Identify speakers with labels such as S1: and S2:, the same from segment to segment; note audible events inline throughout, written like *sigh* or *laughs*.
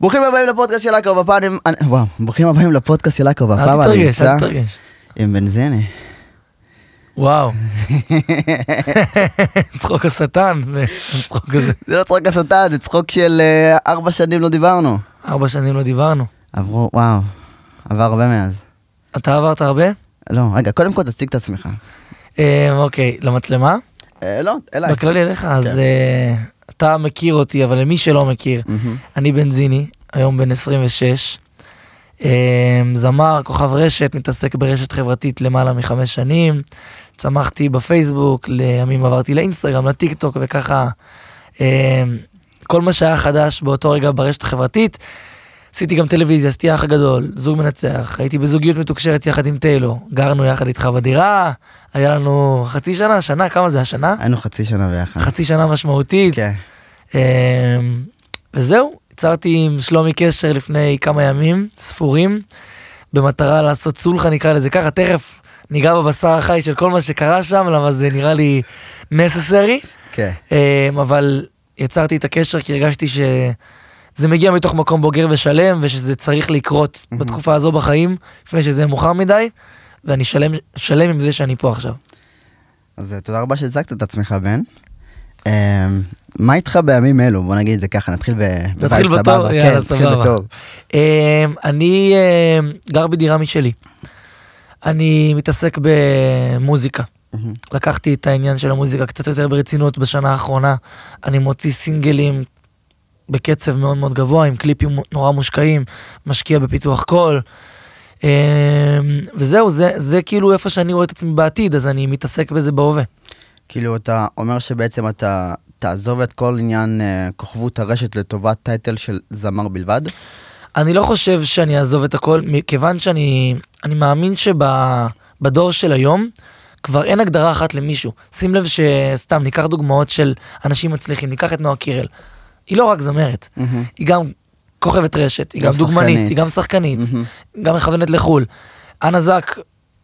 S1: ברוכים הבאים לפודקאסט של עכו, בפעם... עם- אה, וואו, ברוכים הבאים לפודקאסט של עכו, בפעם
S2: אל תתרגש,
S1: הנמצא
S2: אל תתרגש.
S1: עם בן זנה. *laughs*
S2: וואו. צחוק השטן, זה הצחוק הזה.
S1: זה לא צחוק הסתה, זה צחוק של אה, ארבע שנים לא דיברנו.
S2: ארבע שנים לא דיברנו.
S1: עברו, וואו, עבר הרבה מאז.
S2: אתה עברת הרבה?
S1: לא, רגע, קודם כל תציג את עצמך.
S2: אה, אוקיי, למצלמה?
S1: אה, לא, אליי. כן.
S2: בכללי אליך, אז אה, אתה מכיר אותי, אבל למי שלא מכיר,
S1: מהמם.
S2: אני בנזיני, היום בן 26. אה, זמר, כוכב רשת, מתעסק ברשת חברתית למעלה מחמש שנים. צמחתי בפייסבוק, לימים עברתי לאינסטגרם, לטיק טוק וככה. אה, כל מה שהיה חדש באותו רגע ברשת החברתית. עשיתי גם טלוויזיה, עשיתי האח הגדול, זוג מנצח, הייתי בזוגיות מתוקשרת יחד עם טיילו, גרנו יחד איתך בדירה, היה לנו חצי שנה, שנה, כמה זה השנה?
S1: היינו חצי שנה ביחד.
S2: חצי שנה משמעותית.
S1: אה. כן.
S2: אמ, וזהו, יצרתי עם שלומי קשר לפני כמה ימים ספורים, במטרה לעשות סולחה נקרא לזה ככה, תכף ניגע בבשר החי של כל מה שקרה שם, למה זה נראה לי necessary,
S1: כן.
S2: אמ, אבל יצרתי את הקשר כי הרגשתי שזה מגיע מתוך מקום בוגר ושלם, ושזה צריך לקרות
S1: מהמם.
S2: בתקופה הזו בחיים, לפני שזה יהיה מאוחר מדי, ואני שלם, שלם עם זה שאני פה עכשיו.
S1: אז אה, תודה רבה שהצגת את עצמך, בן. אה, מה איתך בימים אלו? בוא נגיד את זה ככה, נתחיל ב... בווייב
S2: בטוב,
S1: סבבה.
S2: יאללה,
S1: כן, נתחיל
S2: סבבה.
S1: בטוב.
S2: אמ, אני אמ, גר בדירה משלי. אני מתעסק במוזיקה.
S1: מהמם.
S2: לקחתי את העניין של המוזיקה קצת יותר ברצינות בשנה האחרונה. אני מוציא סינגלים בקצב מאוד מאוד גבוה, עם קליפים נורא מושקעים, משקיע בפיתוח קול. אמ, וזהו, זה, זה כאילו איפה שאני רואה את עצמי בעתיד, אז אני מתעסק בזה בהווה.
S1: כאילו, אתה אומר שבעצם אתה תעזוב את כל עניין אה, כוכבות הרשת לטובת טייטל של זמר בלבד?
S2: אני לא חושב שאני אעזוב את הכל, מכיוון שאני אני מאמין שבדור של היום כבר אין הגדרה אחת למישהו. שים לב שסתם, ניקח דוגמאות של אנשים מצליחים, ניקח את נועה קירל. היא לא רק זמרת, היא גם כוכבת רשת, היא
S1: גם
S2: גם דוגמנית,
S1: שחקנית.
S2: היא גם שחקנית,
S1: מהמם.
S2: גם מכוונת לחו"ל. אנה זק,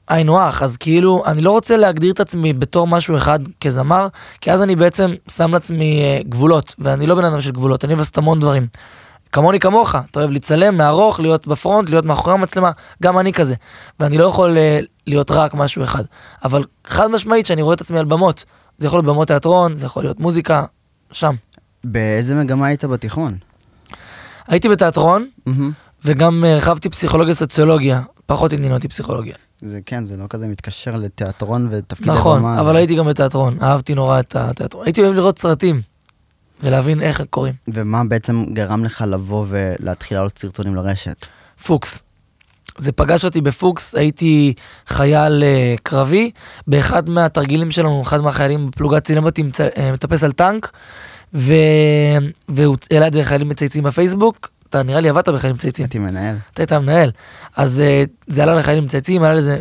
S2: היינו הך, אז כאילו, אני לא רוצה להגדיר את עצמי בתור משהו אחד כזמר, כי אז אני בעצם שם לעצמי אה, גבולות, ואני לא בן אדם של גבולות, אני מבסט המון דברים. כמוני כמוך, אתה אוהב לצלם, לערוך, להיות בפרונט, להיות מאחורי המצלמה, גם אני כזה. ואני לא יכול אה, להיות רק משהו אחד. אבל חד משמעית שאני רואה את עצמי על במות. זה יכול להיות במות תיאטרון, זה יכול להיות מוזיקה, שם.
S1: באיזה מגמה היית בתיכון?
S2: הייתי בתיאטרון,
S1: מהמם.
S2: וגם אה, הרחבתי פסיכולוגיה סוציולוגיה, פחות עניין אותי פסיכולוגיה.
S1: זה כן, זה לא כזה מתקשר לתיאטרון ותפקיד
S2: נכון,
S1: הבמה.
S2: אבל הייתי גם בתיאטרון, אהבתי נורא את התיאטרון. הייתי אוהב לראות סרטים, ולהבין איך הם קוראים.
S1: ומה בעצם גרם לך לבוא ולהתחיל לעלות סרטונים לרשת?
S2: כן. פוקס. זה פגש אותי בפוקס, הייתי חייל אה, קרבי, באחד מהתרגילים שלנו, אחד מהחיילים בפלוגת צילם אותי מצ- אה, מטפס על טנק, ו... והוא העלה את זה לחיילים מצייצים בפייסבוק, אתה נראה לי עבדת בחיילים מצייצים,
S1: הייתי מנהל.
S2: אתה היית המנהל, אז אה, זה עלה לחיילים מצייצים, עלה לזה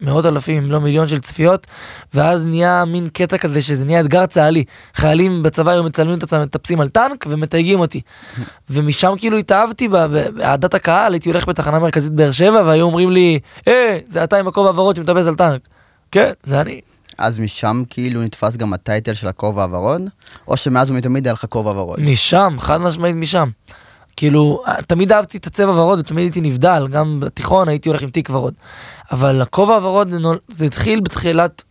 S2: מאות אלפים, אם לא מיליון של צפיות, ואז נהיה מין קטע כזה שזה נהיה אתגר צה"לי. חיילים בצבא היו מצלמים את עצמם, מטפסים על טנק ומתייגים אותי. ומשם כאילו התאהבתי ב- ב- באהדת הקהל, הייתי הולך בתחנה מרכזית באר שבע, והיו אומרים לי, אה, זה אתה עם הכובע הוורוד שמטפס על טנק. כן, זה אני.
S1: אז משם כאילו נתפס גם הטייטל של הכובע הוורוד? או שמאז ומתמיד היה לך כובע ורוד?
S2: משם, חד משמעית משם. כאילו, תמיד אהבתי את הצבע הוורוד ותמיד הייתי נבדל, גם בתיכון הייתי הולך עם תיק ורוד. אבל הכובע הוורוד זה, נול... זה התחיל בתחילת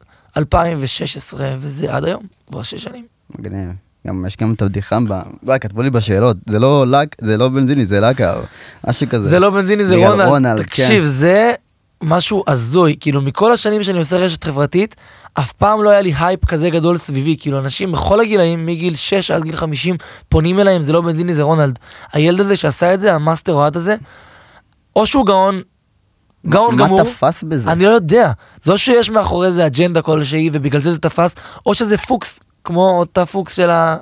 S2: 2016, וזה עד היום, כבר שש שנים.
S1: מגניב. גם יש גם את הבדיחה ב... וואי, כתבו לי בשאלות. זה לא לק... זה לא בנזיני, זה לקר. משהו כזה.
S2: זה, זה לא בנזיני, זה
S1: בגלל
S2: רונלד.
S1: רונלד,
S2: תקשיב,
S1: כן.
S2: זה משהו הזוי. כאילו, מכל השנים שאני עושה רשת חברתית, אף פעם לא היה לי הייפ כזה גדול סביבי. כאילו, אנשים בכל הגילאים, מגיל 6 עד גיל 50, פונים אליהם, זה לא בנזיני, זה רונלד. הילד הזה שעשה את זה, המאסטר אוהד הזה, או שהוא גאון, גאון
S1: מה
S2: גמור.
S1: תפס בזה?
S2: אני לא יודע. זה או שיש מאחורי זה אג'נדה כלשהי ובגלל זה זה תפס, או שזה פוקס, כמו אותה פוקס של ה...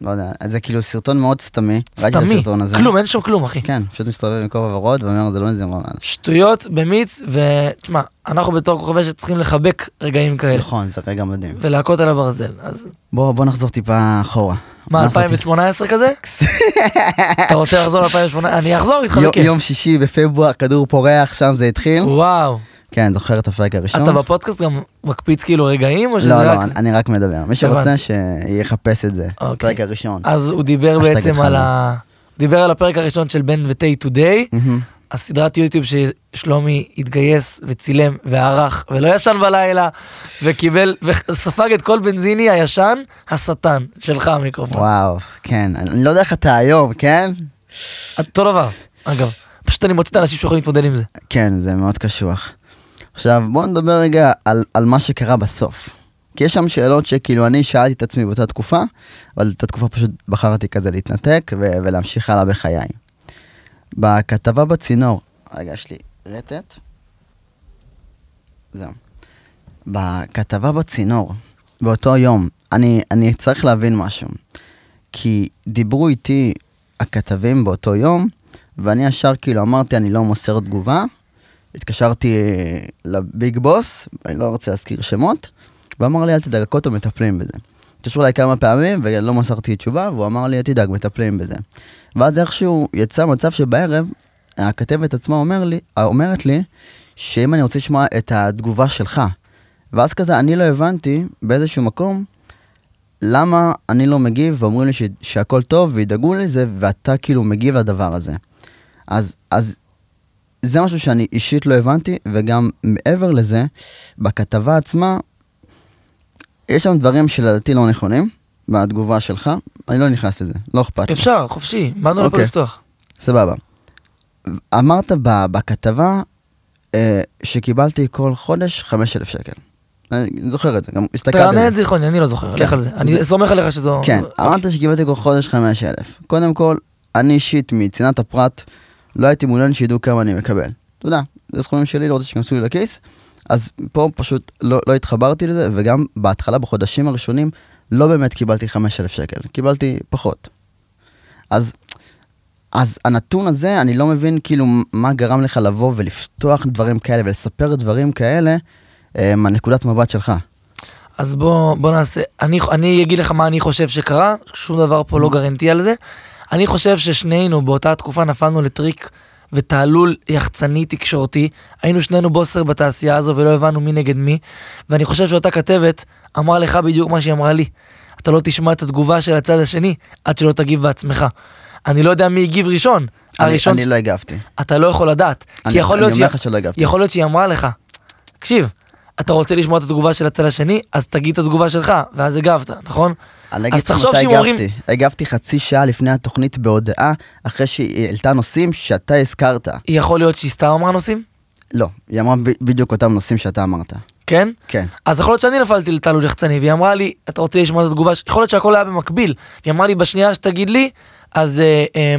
S1: לא יודע. אז זה כאילו סרטון מאוד סתמי. ראיתי את
S2: סתמי.
S1: הסרטון הזה.
S2: כלום, אין שם כלום, אחי.
S1: כן, פשוט מסתובב עם כובע ורוד ואומר, זה לא בנזיני רונן.
S2: שטויות במיץ, ותשמע, אנחנו בתור כוכבי שצריכים לחבק רגעים כאלה,
S1: נכון, זה רגע מדהים.
S2: ולהכות על הברזל. אז
S1: בוא, בוא נחזור טיפה אחורה.
S2: מה,
S1: נחזור *laughs*
S2: 2018 כזה? אתה רוצה לחזור ל-2018? אני אחזור איתך
S1: יום-
S2: בכיף.
S1: יום שישי בפברואר, כדור פורח, שם זה התחיל.
S2: וואו,
S1: כן, זוכר את הפרק הראשון.
S2: אתה בפודקאסט גם מקפיץ כאילו רגעים, או שזה
S1: לא,
S2: רק...
S1: לא, אני- אני רק מדבר. מי שרוצה שיחפש את זה.
S2: אוקיי. אה,
S1: הפרק הראשון.
S2: אז הוא דיבר
S1: אשטג
S2: בעצם
S1: התחלנו.
S2: על ה... דיבר על הפרק הראשון של בן ותי טודיי,
S1: מהמם.
S2: הסדרת יוטיוב ששלומי התגייס וצילם וערך ולא ישן בלילה וקיבל וספג את כל בנזיני הישן, השטן, שלך המיקרופון.
S1: וואו, כן, אני לא יודע איך אתה היום, כן?
S2: אותו דבר, אגב. פשוט אני מוצא את האנשים שיכולים להתמודד עם זה.
S1: כן, זה מאוד קשוח. עכשיו, בואו נדבר רגע על, על מה שקרה בסוף. כי יש שם שאלות שכאילו אני שאלתי את עצמי באותה תקופה, אבל את התקופה פשוט בחרתי כזה להתנתק ו- ולהמשיך הלאה בחיי. בכתבה בצינור, רגע, יש לי רטט. זהו. בכתבה בצינור, באותו יום, אני, אני צריך להבין משהו. כי דיברו איתי הכתבים באותו יום, ואני ישר כאילו אמרתי, אני לא מוסר תגובה. התקשרתי אה, לביג בוס, אני לא רוצה להזכיר שמות, ואמר לי, אל תדאג, הכל טוב, מטפלים בזה. התקשרו אליי כמה פעמים, ולא מסרתי תשובה, והוא אמר לי, אל תדאג, מטפלים בזה. ואז איכשהו יצא מצב שבערב, הכתבת עצמה אומר לי, אומרת לי, שאם אני רוצה לשמוע את התגובה שלך. ואז כזה, אני לא הבנתי באיזשהו מקום למה אני לא מגיב, ואומרים לי ש- שהכל טוב וידאגו לזה, ואתה כאילו מגיב לדבר הזה. אז, אז זה משהו שאני אישית לא הבנתי, וגם מעבר לזה, בכתבה עצמה, יש שם דברים שלדעתי לא נכונים, בתגובה שלך, אני לא נכנס לזה, לא אכפת לי.
S2: אפשר, חופשי, באנו לפה
S1: אוקיי.
S2: לפתוח.
S1: סבבה. אמרת ב- בכתבה אה, שקיבלתי כל חודש 5,000 שקל. אני זוכר את זה, גם הסתכלתי על
S2: תרענן
S1: זה.
S2: את זיכרוני, אני לא זוכר,
S1: כן.
S2: לך על זה. אני
S1: זה-
S2: סומך עליך שזו...
S1: כן, אמרת שקיבלתי כל חודש 5,000. קודם כל, אני אישית, מצנעת הפרט, לא הייתי מעוניין שידעו כמה אני מקבל. אתה יודע, זה סכומים שלי, לא רוצה שיכנסו לי לכיס. אז פה פשוט לא, לא התחברתי לזה, וגם בהתחלה, בחודשים הראשונים, לא באמת קיבלתי 5,000 שקל, קיבלתי פחות. אז, אז הנתון הזה, אני לא מבין כאילו מה גרם לך לבוא ולפתוח דברים כאלה ולספר דברים כאלה אה, מהנקודת מבט שלך.
S2: אז בוא, בוא נעשה, אני, אני אגיד לך מה אני חושב שקרה, שום דבר פה
S1: אוקיי.
S2: לא גרנטי על זה. אני חושב ששנינו באותה תקופה נפלנו לטריק ותעלול יחצני תקשורתי. היינו שנינו בוסר בתעשייה הזו ולא הבנו מי נגד מי, ואני חושב שאותה כתבת אמרה לך בדיוק מה שהיא אמרה לי. אתה לא תשמע את התגובה של הצד השני עד שלא תגיב בעצמך. אני לא יודע מי הגיב ראשון. הראשון,
S1: אני, אני לא הגבתי.
S2: אתה לא יכול לדעת.
S1: אני,
S2: כי יכול
S1: אני
S2: להיות
S1: אומר לך שלא הגבתי.
S2: יכול להיות שהיא אמרה לך, תקשיב, אתה רוצה לשמוע את התגובה של הצד השני, אז תגיד את התגובה שלך, ואז הגבת, נכון?
S1: אני אגיד
S2: אז
S1: לך
S2: תחשוב
S1: מתי
S2: שאם אומרים-
S1: הגבתי. הגבתי חצי שעה לפני התוכנית בהודעה, אחרי שהיא העלתה נושאים שאתה הזכרת.
S2: יכול להיות שהיא סתם אמרה נושאים,
S1: לא, היא אמרה ב- בדיוק אותם נושאים שאתה אמרת. כן.
S2: כן?
S1: כן.
S2: אז יכול להיות שאני נפלתי לתעלול יחצני, והיא אמרה לי, אתה רוצה לשמוע את התגובה, ש- יכול להיות שהכל היה במקביל, היא אמרה לי, בשנייה שתגיד לי, אז אה, אה,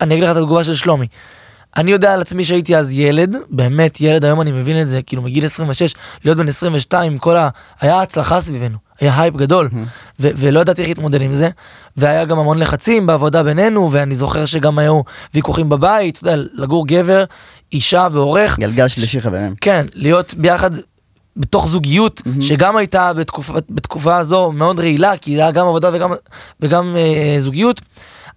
S2: אני אגיד לך את התגובה של שלומי. אני יודע על עצמי שהייתי אז ילד, באמת ילד, היום אני מבין את זה, כאילו מגיל 26, להיות בן 22, כל ה... היה הצלחה סביבנו, היה הייפ גדול, ו- ולא ידעתי איך להתמודד עם זה, והיה גם המון לחצים בעבודה בינינו, ואני זוכר שגם היו ויכוחים בבית, אתה יודע, לגור גבר, אישה ועורך,
S1: גלגל שלישי חברים.
S2: כן, להיות ביחד בתוך זוגיות, mm-hmm. שגם הייתה בתקופה, בתקופה הזו מאוד רעילה, כי זה היה גם עבודה וגם, וגם אה, זוגיות,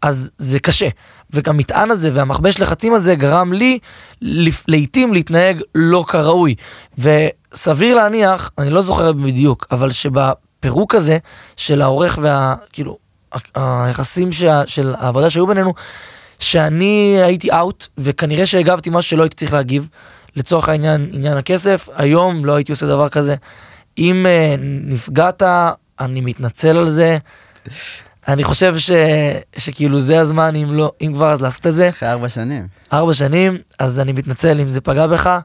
S2: אז זה קשה. והמטען הזה והמכבש לחצים הזה גרם לי לפ- לעתים להתנהג לא כראוי. וסביר להניח, אני לא זוכר בדיוק, אבל שבפירוק הזה של העורך וה... כאילו, ה- היחסים שה, של העבודה שהיו בינינו, שאני הייתי אאוט, וכנראה שהגבתי משהו שלא הייתי צריך להגיב. לצורך העניין, עניין הכסף, היום לא הייתי עושה דבר כזה. אם אה, נפגעת, אני מתנצל על זה. אני חושב ש, שכאילו זה הזמן, אם לא, אם כבר אז לעשות את זה.
S1: אחרי ארבע שנים. *laughs*
S2: ארבע שנים, אז אני מתנצל אם זה פגע בך,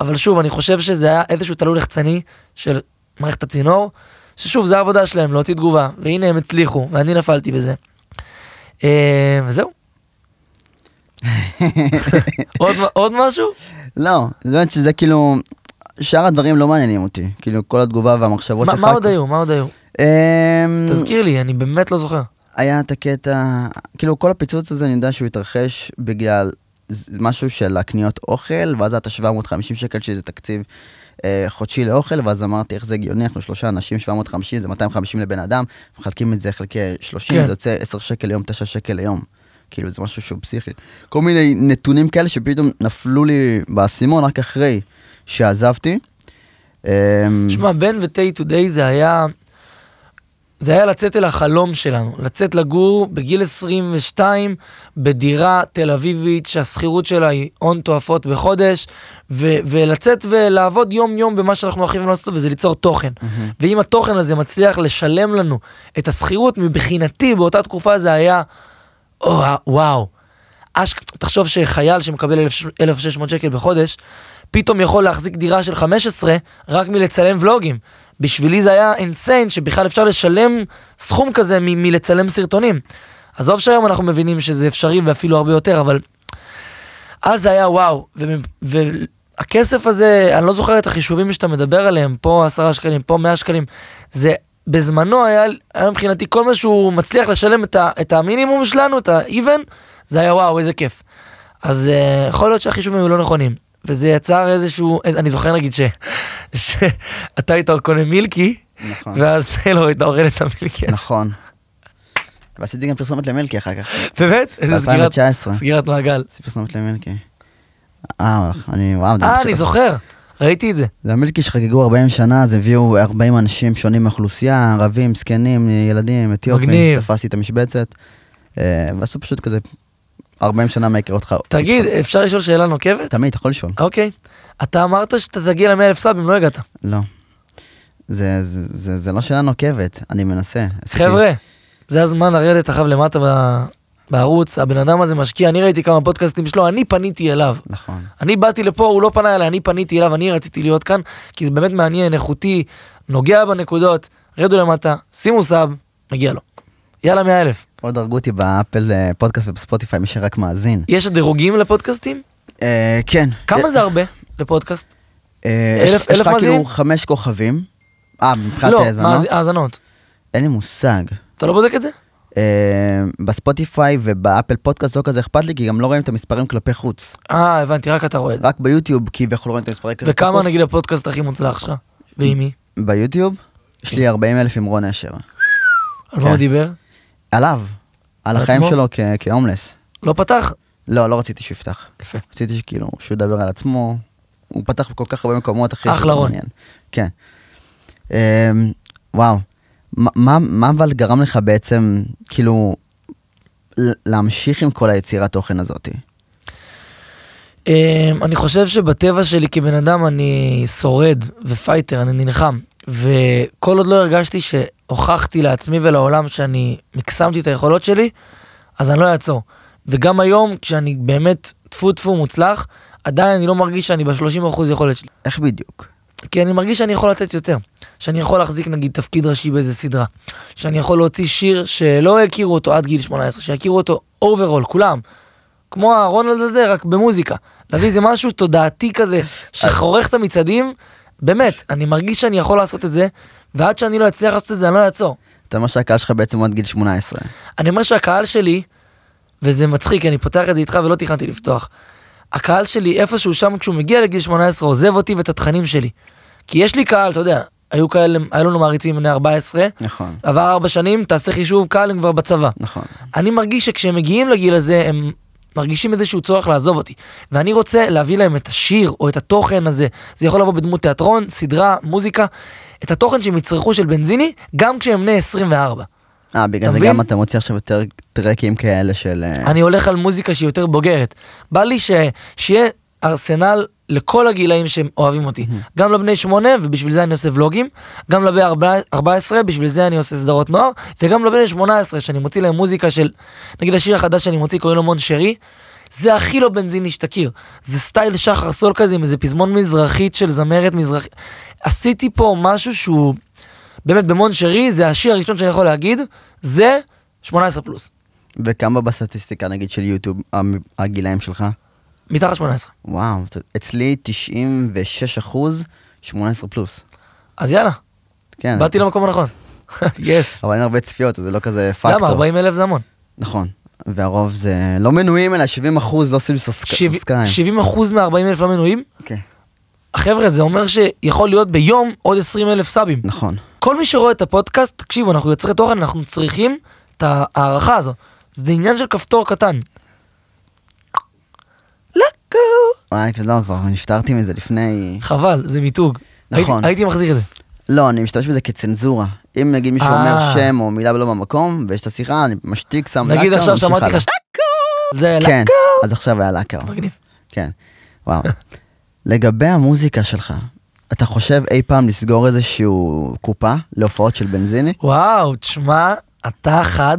S2: אבל שוב, אני חושב שזה היה איזשהו תלול לחצני של מערכת הצינור, ששוב, זה העבודה שלהם, להוציא תגובה, והנה הם הצליחו, ואני נפלתי בזה. אה, וזהו. עוד, מ- עוד משהו?
S1: לא, זה באמת שזה כאילו... שאר הדברים לא מעניינים אותי. כאילו, כל התגובה והמחשבות
S2: מה,
S1: שלך...
S2: מה עוד היו? מה עוד היו?
S1: Mm. אמ,
S2: תזכיר לי, אני באמת לא זוכר.
S1: היה את הקטע... כאילו, כל הפיצוץ הזה, אני יודע שהוא התרחש בגלל ז- משהו של הקניות אוכל, ואז היה את ה-750 שקל, שזה תקציב אה, חודשי לאוכל, ואז אמרתי, איך זה הגיוני, אנחנו שלושה אנשים, 750, זה 250 לבן אדם, מחלקים את זה חלקי 30,
S2: כן.
S1: זה יוצא 10 שקל ליום, 9 שקל ליום. כאילו, זה משהו שהוא פסיכי. כל מיני נתונים כאלה שפתאום נפלו לי באסימון רק אחרי שעזבתי. אמ,
S2: שמע, בן ותה טודיי זה היה זה היה לצאת אל החלום שלנו, לצאת לגור בגיל 22 בדירה תל אביבית שהשכירות שלה היא הון תועפות בחודש, ו- ולצאת ולעבוד יום יום במה שאנחנו הכי אוהבים לעשות וזה ליצור תוכן.
S1: מהמם.
S2: ואם התוכן הזה מצליח לשלם לנו את השכירות, מבחינתי באותה תקופה זה היה, או, וואו. אש... תחשוב שחייל שמקבל 1,600 שקל בחודש, פתאום יכול להחזיק דירה של 15 רק מלצלם ולוגים. בשבילי זה היה אינסיין שבכלל אפשר לשלם סכום כזה מ- מלצלם סרטונים. עזוב שהיום אנחנו מבינים שזה אפשרי ואפילו הרבה יותר, אבל אז זה היה וואו, ו- והכסף הזה, אני לא זוכר את החישובים שאתה מדבר עליהם, פה עשרה שקלים, פה מאה שקלים, זה בזמנו היה, היה מבחינתי כל מה שהוא מצליח לשלם את, ה- את המינימום שלנו, את ה-even, זה היה וואו, איזה כיף. אז uh, יכול להיות שהחישובים היו לא נכונים, וזה יצר איזשהו, אני זוכר נגיד ש... שאתה היית קונה מילקי,
S1: נכון.
S2: ואז לא הייתה אוכלת את המילקי. הזה.
S1: נכון. ועשיתי גם פרסומת למילקי אחר כך,
S2: באמת? איזה סגירת,
S1: ב-2019.
S2: סגירת מעגל.
S1: עשיתי פרסומת למילקי. אה, אני, וואו. זה
S2: אה,
S1: מתחיל-
S2: אני זוכר, ראיתי את זה.
S1: זה המילקי שחגגו 40 שנה, אז הביאו 40 אנשים שונים מהאוכלוסייה, ערבים, זקנים, ילדים, אתיופים,
S2: מגניב.
S1: תפסתי את המשבצת. אה, ועשו פשוט כזה 40 שנה מה יקרה אותך.
S2: תגיד, אה, אפשר לשאול שאלה נוקבת?
S1: תמיד, אתה יכול לשאול.
S2: אוקיי. אתה אמרת שאתה תגיע ל-100,000 סאבים, לא הגעת.
S1: לא. זה, זה, זה, זה לא שאלה נוקבת, אני מנסה. עשיתי-
S2: חבר'ה, זה הזמן לרדת אחריו למטה ב- בערוץ, הבן אדם הזה משקיע, אני ראיתי כמה פודקאסטים שלו, אני פניתי אליו.
S1: נכון.
S2: אני באתי לפה, הוא לא פנה אליי, אני פניתי אליו, אני רציתי להיות כאן, כי זה באמת מעניין, איכותי, נוגע בנקודות, רדו למטה, שימו סאב, מגיע לו. יאללה, 100,000.
S1: פה דרגו אותי באפל אה, פודקאסט ובספוטיפיי, מי שרק מאזין.
S2: יש דירוגים לפודקאסטים?
S1: אה, כן.
S2: כמה
S1: אה,
S2: זה הרבה לפודקאסט?
S1: אה,
S2: אלף-
S1: יש לך- יש
S2: אלף
S1: לך
S2: מאזינים?
S1: כאילו חמש כוכבים. אה, מבחינת
S2: לא,
S1: האזנות?
S2: מאזי- האזנות.
S1: אין לי מושג.
S2: אתה לא בודק את זה?
S1: אה, בספוטיפיי ובאפל פודקאסט לא כזה אכפת לי, כי גם לא רואים את המספרים כלפי חוץ.
S2: אה, הבנתי, רק אתה רואה את זה.
S1: רק ביוטיוב כביכול רואים את המספרים כלפי חוץ.
S2: וכמה נגיד הפודקאסט הכי מוצלח שלך? ועם מי?
S1: ביוטיוב, יש
S2: כן.
S1: לי 40 אלף עם רון אשר.
S2: על מה הוא
S1: כן.
S2: דיבר?
S1: עליו, על
S2: על
S1: החיים
S2: עצמו?
S1: שלו כ- כהומלס.
S2: לא פתח?
S1: לא, לא רציתי שהוא יפתח.
S2: יפה.
S1: רציתי שכאילו, שהוא ידבר על עצמו. הוא פתח בכל כך הרבה מקומות, אחי.
S2: אחלה
S1: שזה
S2: רון.
S1: מעניין. כן. אה, וואו. מה- מה מה אבל גרם לך בעצם, כאילו, ל- להמשיך עם כל היצירת תוכן הזאתי?
S2: אמ, אני חושב שבטבע שלי כבן אדם אני שורד ופייטר, אני נלחם. וכל עוד לא הרגשתי שהוכחתי לעצמי ולעולם שאני מקסמתי את היכולות שלי, אז אני לא אעצור. וגם היום, כשאני באמת טפו טפו מוצלח, עדיין אני לא מרגיש שאני ב-30% יכולת שלי.
S1: איך בדיוק?
S2: כי אני מרגיש שאני יכול לתת יותר. שאני יכול להחזיק נגיד תפקיד ראשי באיזה סדרה. שאני יכול להוציא שיר שלא הכירו אותו עד גיל 18, שיכירו אותו אוברול, כולם. כמו הרונלד הזה, רק במוזיקה. להביא איזה משהו תודעתי כזה, שחורך את המצעדים, באמת, אני מרגיש שאני יכול לעשות את זה, ועד שאני לא אצליח לעשות את זה, אני לא אעצור.
S1: אתה אומר שהקהל שלך בעצם הוא עד גיל 18.
S2: אני אומר שהקהל שלי, וזה מצחיק, אני פותח את זה איתך ולא תכננתי לפתוח. הקהל שלי איפשהו שם כשהוא מגיע לגיל 18 עוזב אותי ואת התכנים שלי. כי יש לי קהל, אתה יודע, היו כאלה, היו לנו מעריצים בני 14,
S1: נכון,
S2: עבר 4 שנים, תעשה חישוב, קהל הם כבר בצבא.
S1: נכון.
S2: אני מרגיש שכשהם מגיעים לגיל הזה, הם מרגישים איזשהו צורך לעזוב אותי. ואני רוצה להביא להם את השיר או את התוכן הזה. זה יכול לבוא בדמות תיאטרון, סדרה, מוזיקה. את התוכן שהם יצרכו של בנזיני, גם כשהם בני 24.
S1: אה, בגלל
S2: אתה
S1: זה
S2: מבין?
S1: גם אתה מוציא עכשיו יותר טרקים כאלה של... אה,
S2: אני הולך על מוזיקה שהיא יותר בוגרת. בא לי ש... שיהיה ארסנל לכל הגילאים שהם אוהבים אותי. גם לבני שמונה, ובשביל זה אני עושה ולוגים, גם לבני ארבע- 14, בשביל זה אני עושה סדרות נוער, וגם לבני 18, שאני מוציא להם מוזיקה של... נגיד השיר החדש שאני מוציא, קוראים לו מון שרי. זה הכי לא בנזיני שתכיר, זה סטייל שחר סול כזה עם איזה פזמון מזרחית של זמרת מזרחית. עשיתי פה משהו שהוא, באמת במון שרי, זה השיר הראשון שאני יכול להגיד, זה 18 פלוס,
S1: וכמה בסטטיסטיקה, נגיד, של יוטיוב, המ- הגילאים שלך?
S2: מתחת 18.
S1: וואו, ת- אצלי 96 אחוז, 18 פלוס.
S2: אז יאללה,
S1: כן.
S2: באתי
S1: *laughs*
S2: למקום הנכון. יס.
S1: אבל אין הרבה צפיות, אז זה לא כזה פקטור.
S2: למה? 40 אלף זה המון.
S1: נכון. והרוב זה לא מנויים, אלא 70 אחוז, לא עושים
S2: שבע-
S1: סאבסקריים.
S2: 70 אחוז מה-40 אלף לא מנויים?
S1: כן,
S2: חבר'ה, זה אומר שיכול להיות ביום עוד 20 אלף סאבים.
S1: נכון.
S2: כל מי שרואה את הפודקאסט, תקשיבו, אנחנו יוצרי תוכן, אנחנו צריכים את ההערכה הזו. זה עניין של כפתור קטן. לקו.
S1: וואי, לא, כבר נפטרתי מזה לפני...
S2: חבל, זה מיתוג.
S1: נכון.
S2: הייתי- הייתי מחזיק את זה.
S1: לא, אני משתמש בזה כצנזורה. אם נגיד מישהו אומר
S2: אה.
S1: שם או מילה לא במקום, ויש את השיחה, אני משתיק, שם לאקר,
S2: נגיד עכשיו
S1: ממשיך
S2: שאמרתי
S1: הלאה.
S2: לך ש... זה אלא.
S1: כן, אז עכשיו היה לאקר.
S2: מגניב.
S1: כן, וואו. *laughs* לגבי המוזיקה שלך, אתה חושב אי פעם לסגור איזשהו קופה להופעות של בנזיני?
S2: וואו, תשמע, אתה חד.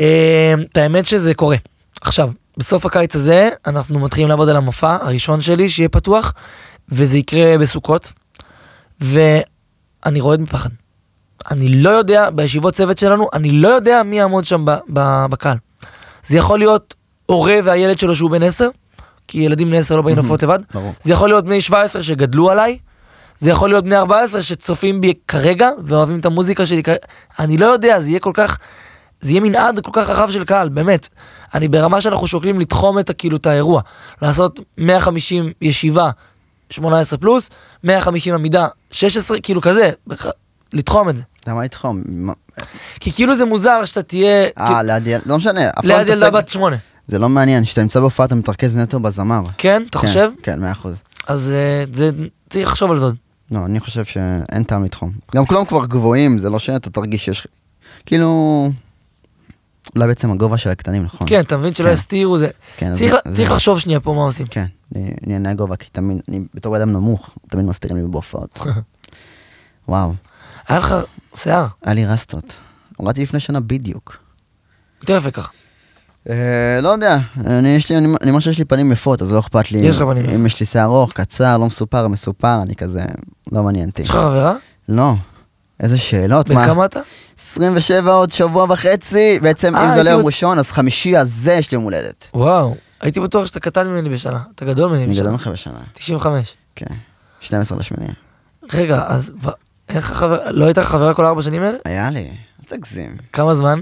S2: אה, את האמת שזה קורה. עכשיו, בסוף הקיץ הזה אנחנו מתחילים לעבוד על המופע הראשון שלי שיהיה פתוח, וזה יקרה בסוכות, ואני רועד מפחד. אני לא יודע, בישיבות צוות שלנו, אני לא יודע מי יעמוד שם ב- ב- בקהל. זה יכול להיות הורה והילד שלו שהוא בן 10, כי ילדים בני 10 לא באים להופעות לבד.
S1: ברור.
S2: זה יכול להיות בני 17 שגדלו עליי, זה יכול להיות בני 14 שצופים בי כרגע ואוהבים את המוזיקה שלי כרגע, אני לא יודע, זה יהיה כל כך, זה יהיה מנעד כל כך רחב של קהל, באמת. אני ברמה שאנחנו שוקלים לתחום את, ה- כאילו, את האירוע, לעשות 150 ישיבה 18 פלוס, 150 עמידה 16, כאילו כזה, בח- לתחום את זה.
S1: למה לתחום? מה-
S2: כי כאילו זה מוזר שאתה תהיה
S1: אה, ליד ילד, לא משנה. אף פעם
S2: ליד
S1: אתה
S2: ילדה
S1: סגור.
S2: בת שמונה,
S1: זה לא מעניין, כשאתה נמצא בהופעה אתה מתרכז נטו בזמר.
S2: כן? אתה
S1: כן,
S2: חושב?
S1: כן, מאה אחוז.
S2: אז אה, זה, צריך לחשוב על זה עוד.
S1: לא, אני חושב שאין טעם לתחום. גם כולם כבר גבוהים, זה לא שאתה תרגיש שיש... כאילו... אולי בעצם הגובה של הקטנים, נכון?
S2: כן, אתה מבין שלא
S1: כן.
S2: יסתירו זה.
S1: כן, אז
S2: צריך
S1: זה-
S2: ל-
S1: זה-
S2: צריך לחשוב שנייה פה מה עושים.
S1: כן, אני אני ענייני הגובה, כי תמיד, אני בתור בן אדם נמוך, תמיד מסתירים לי
S2: *laughs*
S1: בהופעות. וואו,
S2: היה לך שיער,
S1: היה לי רסטות. הורדתי לפני שנה בדיוק.
S2: יותר יפה ככה.
S1: כן. אה, לא יודע, אני יש לי, אני אני מה שיש לי פנים יפות, אז לא אכפת לי.
S2: יש לך פנים
S1: אם יש לי שיער ארוך, קצר, לא מסופר, מסופר, אני כזה, לא מעניין אותי.
S2: יש לך חברה?
S1: לא. איזה שאלות,
S2: בן
S1: מה?
S2: כמה אתה?
S1: 27 עוד שבוע וחצי, בעצם
S2: אה,
S1: אם זה
S2: הייתי
S1: לא יום
S2: עוד-
S1: ראשון, אז חמישי הזה יש לי יום הולדת.
S2: וואו, הייתי בטוח שאתה קטן ממני בשנה, אתה גדול ממני
S1: אני גדול
S2: בשנה.
S1: ממך בשנה,
S2: 95.
S1: כן. 12 לשמיני.
S2: רגע, אז ב- אין לך חברה, לא הייתה לך חברה כל ארבע שנים האלה?
S1: היה לי, אל תגזים.
S2: כמה זמן?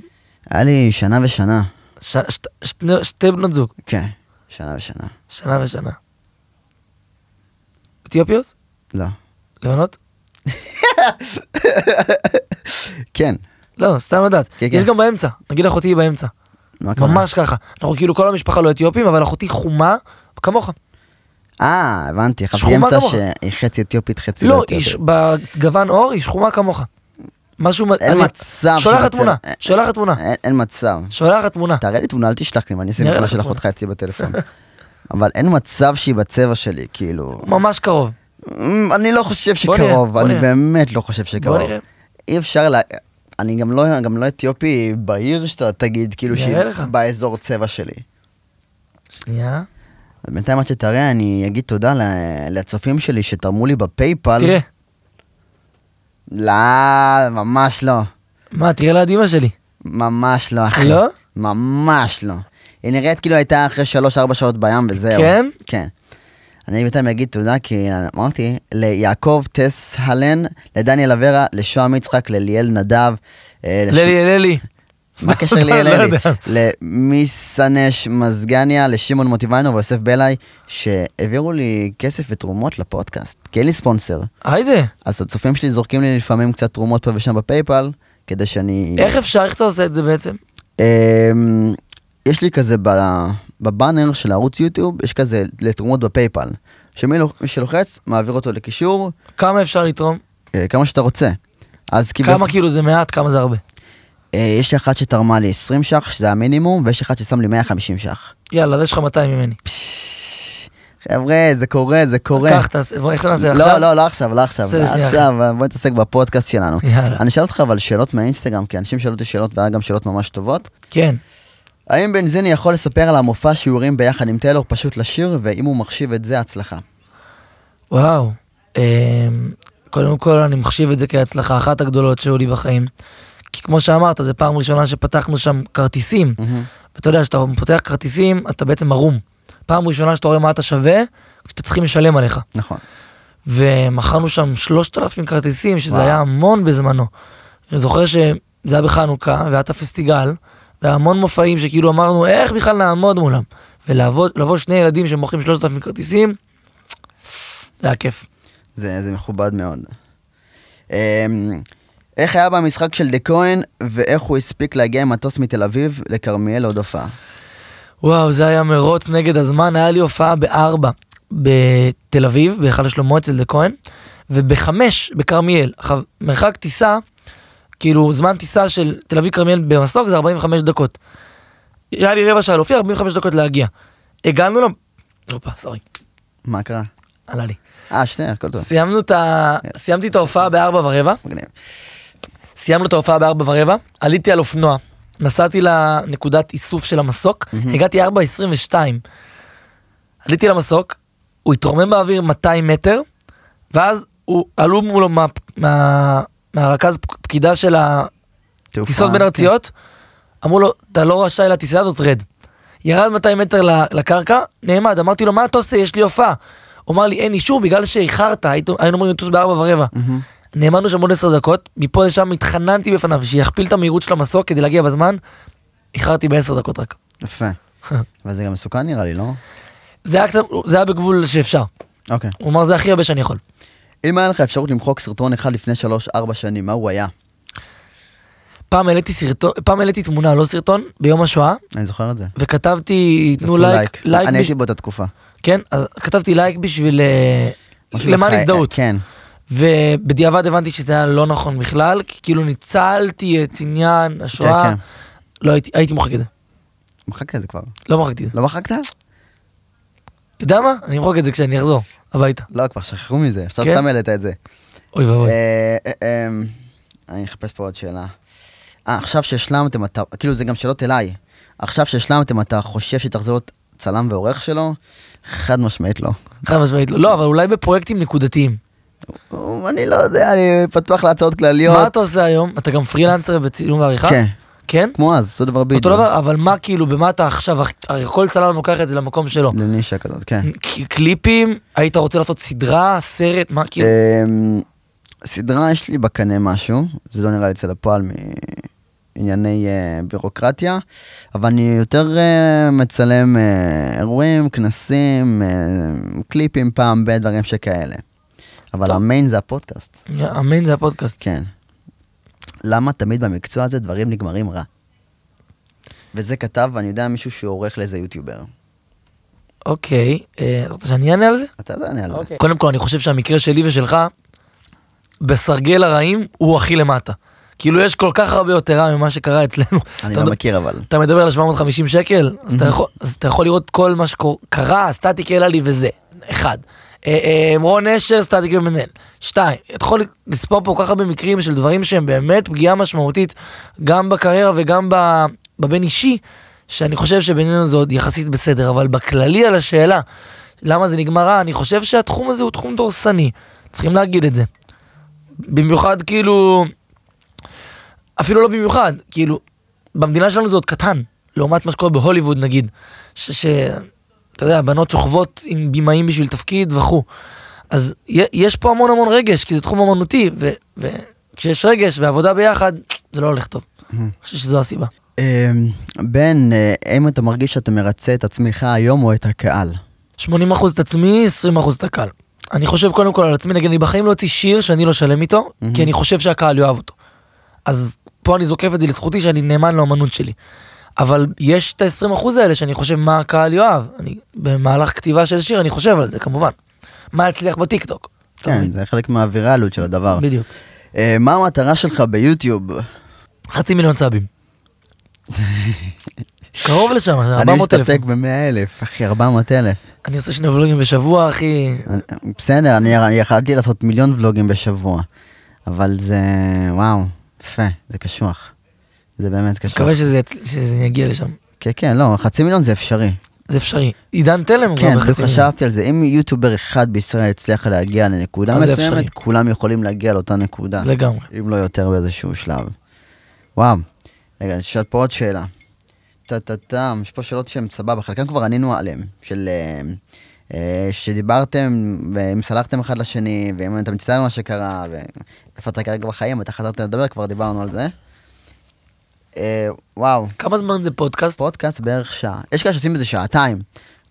S1: היה לי שנה ושנה.
S2: ש- שת- שני- שתי בנות זוג,
S1: כן, שנה ושנה.
S2: שנה ושנה. אתיופיות?
S1: לא.
S2: לבנות?
S1: כן.
S2: לא, סתם לדעת.
S1: כן, כן.
S2: יש גם באמצע, נגיד אחותי היא באמצע.
S1: מה הכוונה?
S2: ממש ככה. אנחנו כאילו כל המשפחה לא אתיופים, אבל אחותי חומה כמוך.
S1: אה, הבנתי, חשבתי
S2: שחומה
S1: אמצע
S2: כמוך.
S1: שהיא חצי אתיופית, חצי
S2: לא,
S1: אתיופית.
S2: היא ש- בגוון עור היא שחומה כמוך. משהו... מ-
S1: אין
S2: אני-
S1: מצב
S2: שולחת
S1: שבצבע-
S2: תמונה,
S1: אה,
S2: שולחת תמונה,
S1: אין- אין מצב.
S2: שולחת תמונה.
S1: תראה לי תמונה, אל תשלח לי, ואני אשים
S2: נראה
S1: תמונה
S2: לך
S1: של
S2: תמונה.
S1: אחותך אצלי
S2: *laughs*
S1: בטלפון. אבל אין מצב שהיא בצבע שלי, כאילו...
S2: ממש קרוב.
S1: אמ, אני לא חושב
S2: בוא נראה,
S1: שקרוב,
S2: בוא
S1: אני
S2: נראה.
S1: באמת לא חושב שקרוב.
S2: נראה.
S1: אי אפשר ל... אני גם לא, גם לא אתיופי בעיר שאתה תגיד, כאילו
S2: נראה
S1: שהיא
S2: לך.
S1: באזור צבע שלי.
S2: שנייה.
S1: אז בינתיים עד שתראה, אני אגיד תודה ל- לצופים שלי שתרמו לי בפייפל.
S2: תראה,
S1: לא, ממש לא.
S2: מה, תראה ליד אימא שלי.
S1: ממש לא, אחי.
S2: לא?
S1: ממש לא. היא נראית כאילו הייתה אחרי שלוש-ארבע שעות בים וזהו.
S2: כן?
S1: כן. אני בינתיים אגיד תודה, כי אמרתי, ליעקב טס הלן, לדניאל אברה, לשוהם יצחק, לליאל נדב. אה, לש-
S2: ללי, ללי.
S1: מה הקשר לי
S2: *laughs* לא
S1: אלי?
S2: יודע.
S1: למיסנש מזגניה, לשמעון מוטיביינו ויוסף בלעי, שהעבירו לי כסף ותרומות לפודקאסט, כי אין לי ספונסר.
S2: היידה,
S1: אז הצופים שלי זורקים לי לפעמים קצת תרומות פה ושם בפייפל, כדי שאני...
S2: איך אפשר, איך אתה עושה את זה בעצם?
S1: אמ, יש לי כזה ב- בבאנר של ערוץ יוטיוב, יש כזה לתרומות בפייפל. שמי לוח- מי שלוחץ, מעביר אותו לקישור,
S2: כמה אפשר לתרום?
S1: אה, כמה שאתה רוצה. אז כאילו,
S2: כמה כאילו זה מעט, כמה זה הרבה.
S1: אה, יש לי אחת שתרמה לי 20 ש"ח, שזה המינימום, ויש אחת ששם לי 150 ש"ח.
S2: יאללה, אז יש לך 200 ממני.
S1: פשש, חבר'ה, זה קורה, זה קורה.
S2: קח, תעשה, בוא, איך נעשה
S1: לא,
S2: עכשיו?
S1: לא, לא עכשיו, לא עכשיו.
S2: בסדר, שנייה.
S1: עכשיו, אה, בוא נתעסק בפודקאסט שלנו.
S2: יאללה.
S1: אני אשאל אותך אבל שאלות מהאינסטגרם, כי אנשים שאלו אותי שאלות והיה גם שאלות ממש טובות.
S2: כן.
S1: האם בנזיני יכול לספר על המופע שיעורים ביחד עם טיילור פשוט לשיר, ואם הוא מחשיב את זה הצלחה?
S2: וואו. אמ, קודם כל אני מחשיב את זה כהצלחה אחת הגדולות שהיו לי בחיים. כי כמו שאמרת, זו פעם ראשונה שפתחנו שם כרטיסים. ואתה יודע, כשאתה פותח כרטיסים, אתה בעצם ערום. פעם ראשונה שאתה רואה מה אתה שווה, כשאתה צריכים לשלם עליך.
S1: נכון.
S2: ומכרנו שם 3,000 כרטיסים, שזה
S1: וואו.
S2: היה המון בזמנו. אני זוכר שזה היה בחנוכה, והיה את הפסטיגל, והיה המון מופעים שכאילו אמרנו, איך בכלל נעמוד מולם? ולבוא שני ילדים שמוכרים 3,000 כרטיסים, זה היה כיף.
S1: זה זה מכובד מאוד. אמ, איך היה במשחק של דה כהן, ואיך הוא הספיק להגיע עם מטוס מתל אביב לכרמיאל לעוד הופעה?
S2: וואו, זה היה מרוץ נגד הזמן, היה לי הופעה בארבע בתל אביב, בהיכל השלמה אצל דה כהן, ובחמש בכרמיאל. עכשיו, מרחק טיסה, כאילו זמן טיסה של תל אביב כרמיאל במסוק זה 45 דקות. היה לי רבע שעה להופיע, 45 דקות להגיע. הגענו ל... הופה, סורי,
S1: מה קרה?
S2: עלה לי.
S1: אה, שנייה, הכל טוב.
S2: סיימנו את ה... סיימתי את ההופעה בארבע ורבע,
S1: מגניב.
S2: סיימנו את ההופעה בארבע ורבע, עליתי על אופנוע, נסעתי לנקודת איסוף של המסוק,
S1: מהמם.
S2: הגעתי ארבע עשרים ושתיים. עליתי למסוק, הוא התרומם באוויר 200 מטר, ואז הוא עלו מולו מה... מה... מהרכז פק- פקידה של
S1: תעופה,
S2: הטיסות בין
S1: כן.
S2: ארציות, אמרו לו, אתה לא רשאי לטיסה הזאת, רד. ירד 200 מטר ל- לקרקע, נעמד, אמרתי לו, מה אתה עושה? יש לי הופעה. הוא אמר לי, אין אישור, בגלל שאיחרת, היית- היינו אמורים לטוס בארבע ורבע.
S1: מהמם.
S2: נעמדנו שם עוד עשר דקות, מפה לשם התחננתי בפניו שיכפיל את המהירות של המסוק כדי להגיע בזמן, איחרתי בעשר דקות רק. *laughs*
S1: יפה. אבל זה גם מסוכן נראה לי, לא?
S2: זה היה, קצת, זה היה בגבול שאפשר.
S1: אוקיי.
S2: הוא אמר, זה הכי הרבה שאני יכול.
S1: אם היה לך אפשרות למחוק סרטון אחד לפני 3-4 שנים, מה הוא היה?
S2: פעם העליתי סרטון, פעם העליתי תמונה, לא סרטון, ביום השואה,
S1: אני זוכר את זה.
S2: וכתבתי, תנו
S1: תעשו
S2: לייק, לייק,
S1: אני
S2: בש...
S1: הייתי באותה תקופה.
S2: כן, אז כתבתי לייק בשביל, אה,
S1: משהו
S2: למען
S1: בחיי-
S2: הזדהות.
S1: כן.
S2: ובדיעבד הבנתי שזה היה לא נכון בכלל, כי כאילו ניצלתי את עניין השואה,
S1: כן, כן.
S2: לא הייתי, הייתי מוחק את זה,
S1: מחקת את זה כבר.
S2: לא מחקתי את זה.
S1: לא מחקת?
S2: יודע מה? אני אמחוק את זה כשאני אחזור הביתה.
S1: לא, כבר שכחו מזה. עכשיו
S2: כן?
S1: סתם העלית את זה.
S2: אוי ואבוי.
S1: אה, אה, אה, אני אחפש פה עוד שאלה. אה, עכשיו שהשלמתם, אתה, כאילו זה גם שאלות אליי. עכשיו שהשלמתם, אתה חושב שתחזור להיות צלם ועורך שלו? חד משמעית לא.
S2: חד משמעית לא, לא, אבל אולי בפרויקטים נקודתיים.
S1: הוא- אני לא יודע, אני פתוח להצעות כלליות.
S2: מה אתה עושה היום? אתה גם פרילנסר בצילום ועריכה?
S1: כן,
S2: כן?
S1: כמו אז, אותו דבר בדיוק.
S2: אותו דבר, אבל מה כאילו, במה אתה עכשיו, הרי כל צלם לוקח את זה למקום שלו.
S1: לנישה כזאת, כן.
S2: ק- קליפים, היית רוצה לעשות סדרה, סרט, מה כאילו?
S1: אמ, סדרה יש לי בקנה משהו, זה לא נראה לי אצל הפועל מענייני אה, בירוקרטיה, אבל אני יותר אה, מצלם אה, אירועים, כנסים, אה, קליפים פעם ב, דברים שכאלה. אבל
S2: טוב.
S1: המיין זה הפודקאסט,
S2: אמן זה הפודקאסט.
S1: כן. למה תמיד במקצוע הזה דברים נגמרים רע? וזה כתב, אני יודע, מישהו שעורך לאיזה יוטיובר.
S2: אוקיי, אה, רוצה שאני אענה על זה?
S1: אתה תענה על זה.
S2: קודם כל, אני חושב שהמקרה שלי ושלך, בסרגל הרעים, הוא הכי למטה. כאילו, יש כל כך הרבה יותר רע ממה שקרה אצלנו.
S1: אני
S2: אתה
S1: לא
S2: מד-
S1: מכיר אבל.
S2: אתה מדבר על 750 שקל, אז אתה
S1: Mhm.
S2: יכול- אז אתה יכול לראות כל מה שקרה, סטטיק העלה לי וזה, אחד. אה, אה, רון אשר, סטטיק ומנהל, שתיים. אתה יכול לספור פה כל כך הרבה מקרים של דברים שהם באמת פגיעה משמעותית, גם בקריירה וגם ב- בבין אישי, שאני חושב שבינינו זה עוד יחסית בסדר, אבל בכללי על השאלה, למה זה נגמר רע, אני חושב שהתחום הזה הוא תחום דורסני, צריכים להגיד את זה. במיוחד כאילו, אפילו לא במיוחד, כאילו, במדינה שלנו זה עוד קטן, לעומת מה שקורה בהוליווד נגיד, ש... ש אתה יודע, בנות שוכבות עם בימאים בשביל תפקיד וכו'. אז י- יש פה המון המון רגש, כי זה תחום אמנותי, וכשיש רגש ועבודה ביחד, זה לא הולך טוב. אני חושב שזו הסיבה.
S1: אמ, בן, אה, האם אתה מרגיש שאתה מרצה את עצמך היום או את הקהל?
S2: 80% את עצמי, 20% את הקהל. אני חושב קודם כל על עצמי, נגיד, אני בחיים לא הוציא שיר שאני לא שלם איתו,
S1: מהמם.
S2: כי אני חושב שהקהל יאהב אותו. אז פה אני זוקף את זה לזכותי שאני נאמן לאמנות שלי. אבל יש את ה-20% האלה שאני חושב מה הקהל יאהב. אני, במהלך כתיבה של שיר אני חושב על זה, כמובן. מה יצליח בטיקטוק? אתה
S1: כן,
S2: מבין?
S1: זה חלק מהווירליות של הדבר.
S2: בדיוק.
S1: אה, מה המטרה שלך ביוטיוב?
S2: חצי
S1: *laughs*
S2: מיליון סאבים. קרוב לשם,
S1: אני
S2: 400 אלף.
S1: מסתפק ב-100 אלף, אחי, 400 אלף.
S2: אני עושה שני ולוגים בשבוע, אחי.
S1: אני- בסדר, אני אני יכלתי לעשות מיליון ולוגים בשבוע, אבל זה... וואו, יפה, זה קשוח. זה באמת קשוח.
S2: מקווה שזה יצ- שזה יגיע לשם.
S1: כן, כן, לא, חצי מיליון זה אפשרי.
S2: זה אפשרי. עידן תלם
S1: כן,
S2: כבר
S1: בדיוק
S2: בחצי לא, מיליון.
S1: חשבתי על זה. אם יוטיובר אחד בישראל הצליח להגיע לנקודה
S2: אז זה
S1: מסוימת,
S2: אפשרי.
S1: כולם יכולים להגיע לאותה נקודה.
S2: לגמרי.
S1: אם לא יותר באיזשהו שלב. וואו, רגע, אני אשאל פה עוד שאלה. טה-טה-טם, יש פה שאלות שהן סבבה, חלקן כבר ענינו עליהן, של... אה, אה, שדיברתם, ואם סלחתם אחד לשני, ואם אתה מצטער על מה שקרה, ואיפה אתה כרגע בחיים, אתה חזרת לדבר, כבר דיברנו על זה. אה, וואו,
S2: כמה זמן זה פודקאסט?
S1: פודקאסט בערך שעה. יש כאלה שעושים בזה שעתיים.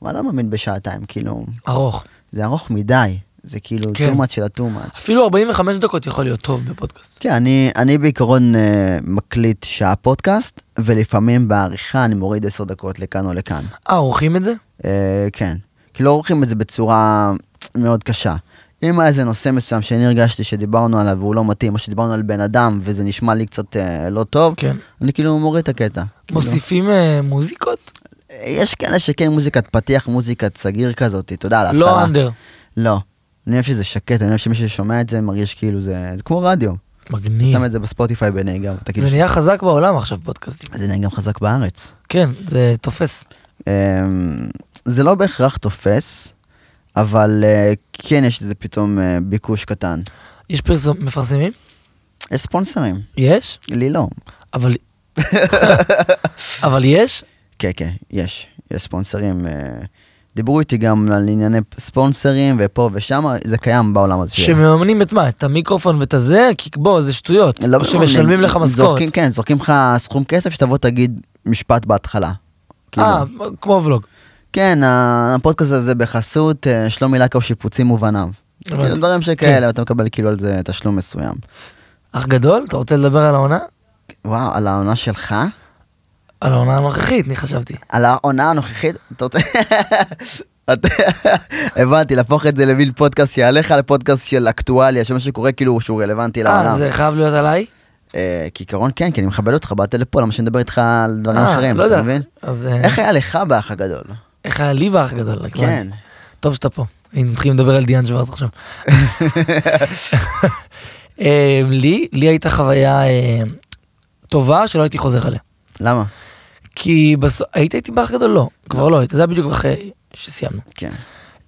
S1: אבל אני לא מאמין בשעתיים, כאילו,
S2: ארוך.
S1: זה ארוך מדי. זה כאילו
S2: כן.
S1: too much של ה-too much.
S2: אפילו 45 דקות יכול להיות טוב בפודקאסט.
S1: כן, אני, אני בעיקרון uh, מקליט שעה פודקאסט, ולפעמים בעריכה אני מוריד עשר דקות לכאן או לכאן.
S2: אה, עורכים את זה?
S1: Uh, כן. כי לא עורכים את זה בצורה מאוד קשה. אם היה איזה נושא מסוים שאני הרגשתי שדיברנו עליו והוא לא מתאים, או שדיברנו על בן אדם וזה נשמע לי קצת אה, לא טוב,
S2: כן.
S1: אני כאילו מוריד את הקטע. כאילו. אה,
S2: מוסיפים אה, מוזיקות?
S1: יש כאלה שכן מוזיקת פתיח, מוזיקת סגיר כזאת, אתה יודע, על ההתחלה.
S2: לא אנדר.
S1: לא. אני אוהב שזה שקט, אני אוהב שמי ששומע את זה מרגיש כאילו זה, זה כמו רדיו. אתה
S2: מגניב.
S1: שם את זה בספוטיפיי בנהיגה, ואתה כאילו...
S2: זה נהיה חזק בעולם עכשיו פודקאסטים.
S1: זה נהיה גם חזק בארץ.
S2: כן, זה תופס.
S1: אמ, זה לא בהכרח תופס, אבל אה, כן יש לזה פתאום אה, ביקוש קטן.
S2: יש פרסום, מפרסמים?
S1: יש ספונסרים,
S2: יש,
S1: לי לא.
S2: אבל...
S1: *laughs*
S2: אבל יש?
S1: כן, כן, יש. יש ספונסרים. אה, דיברו איתי גם על ענייני ספונסרים ופה ושם, זה קיים בעולם הזה. שיהיה.
S2: שמממנים את מה? את המיקרופון ואת הזה? כי בוא, זה שטויות.
S1: לא
S2: או שמשלמים
S1: מממנים,
S2: לך משכורת. אה,
S1: זורקים- כן, זורקים לך סכום כסף שתבוא תגיד משפט בהתחלה.
S2: אה,
S1: כאילו.
S2: כמו ולוג.
S1: כן, הפודקאסט הזה בחסות אה, שלומי לקו שיפוצים ובניו.
S2: הבנתי. כן.
S1: כאילו דברים שכאלה, אתה מקבל כאילו על זה תשלום מסוים.
S2: אח גדול, אתה רוצה לדבר על העונה?
S1: וואו, על העונה שלך?
S2: על העונה הנוכחית, אני חשבתי.
S1: על העונה הנוכחית? אתה רוצה... *laughs* אתה- הבנתי, להפוך את זה למין פודקאסט שיעליך לפודקאסט של אקטואליה, של מה שקורה כאילו שהוא רלוונטי לעולם.
S2: אה, זה חייב להיות עליי?
S1: אה, כעיקרון כן, כי אני מכבד אותך, באת לפה, למה שאני מדבר איתך על דברים
S2: אה,
S1: אחרים,
S2: לא
S1: אתה
S2: יודע.
S1: מבין?
S2: אז אה,
S1: איך היה לך באח הגדול?
S2: איך היה לי באח גדול?
S1: כן.
S2: טוב שאתה פה. היינו מתחילים לדבר על דיאן שוורץ
S1: *laughs*
S2: עכשיו. אה, לי, לי הייתה חוויה אה, טובה שלא הייתי חוזר עליה.
S1: למה?
S2: כי בסוף, היית איתי באח גדול? לא, כבר לא היית, זה היה בדיוק אחרי שסיימנו. *laughs*
S1: כן.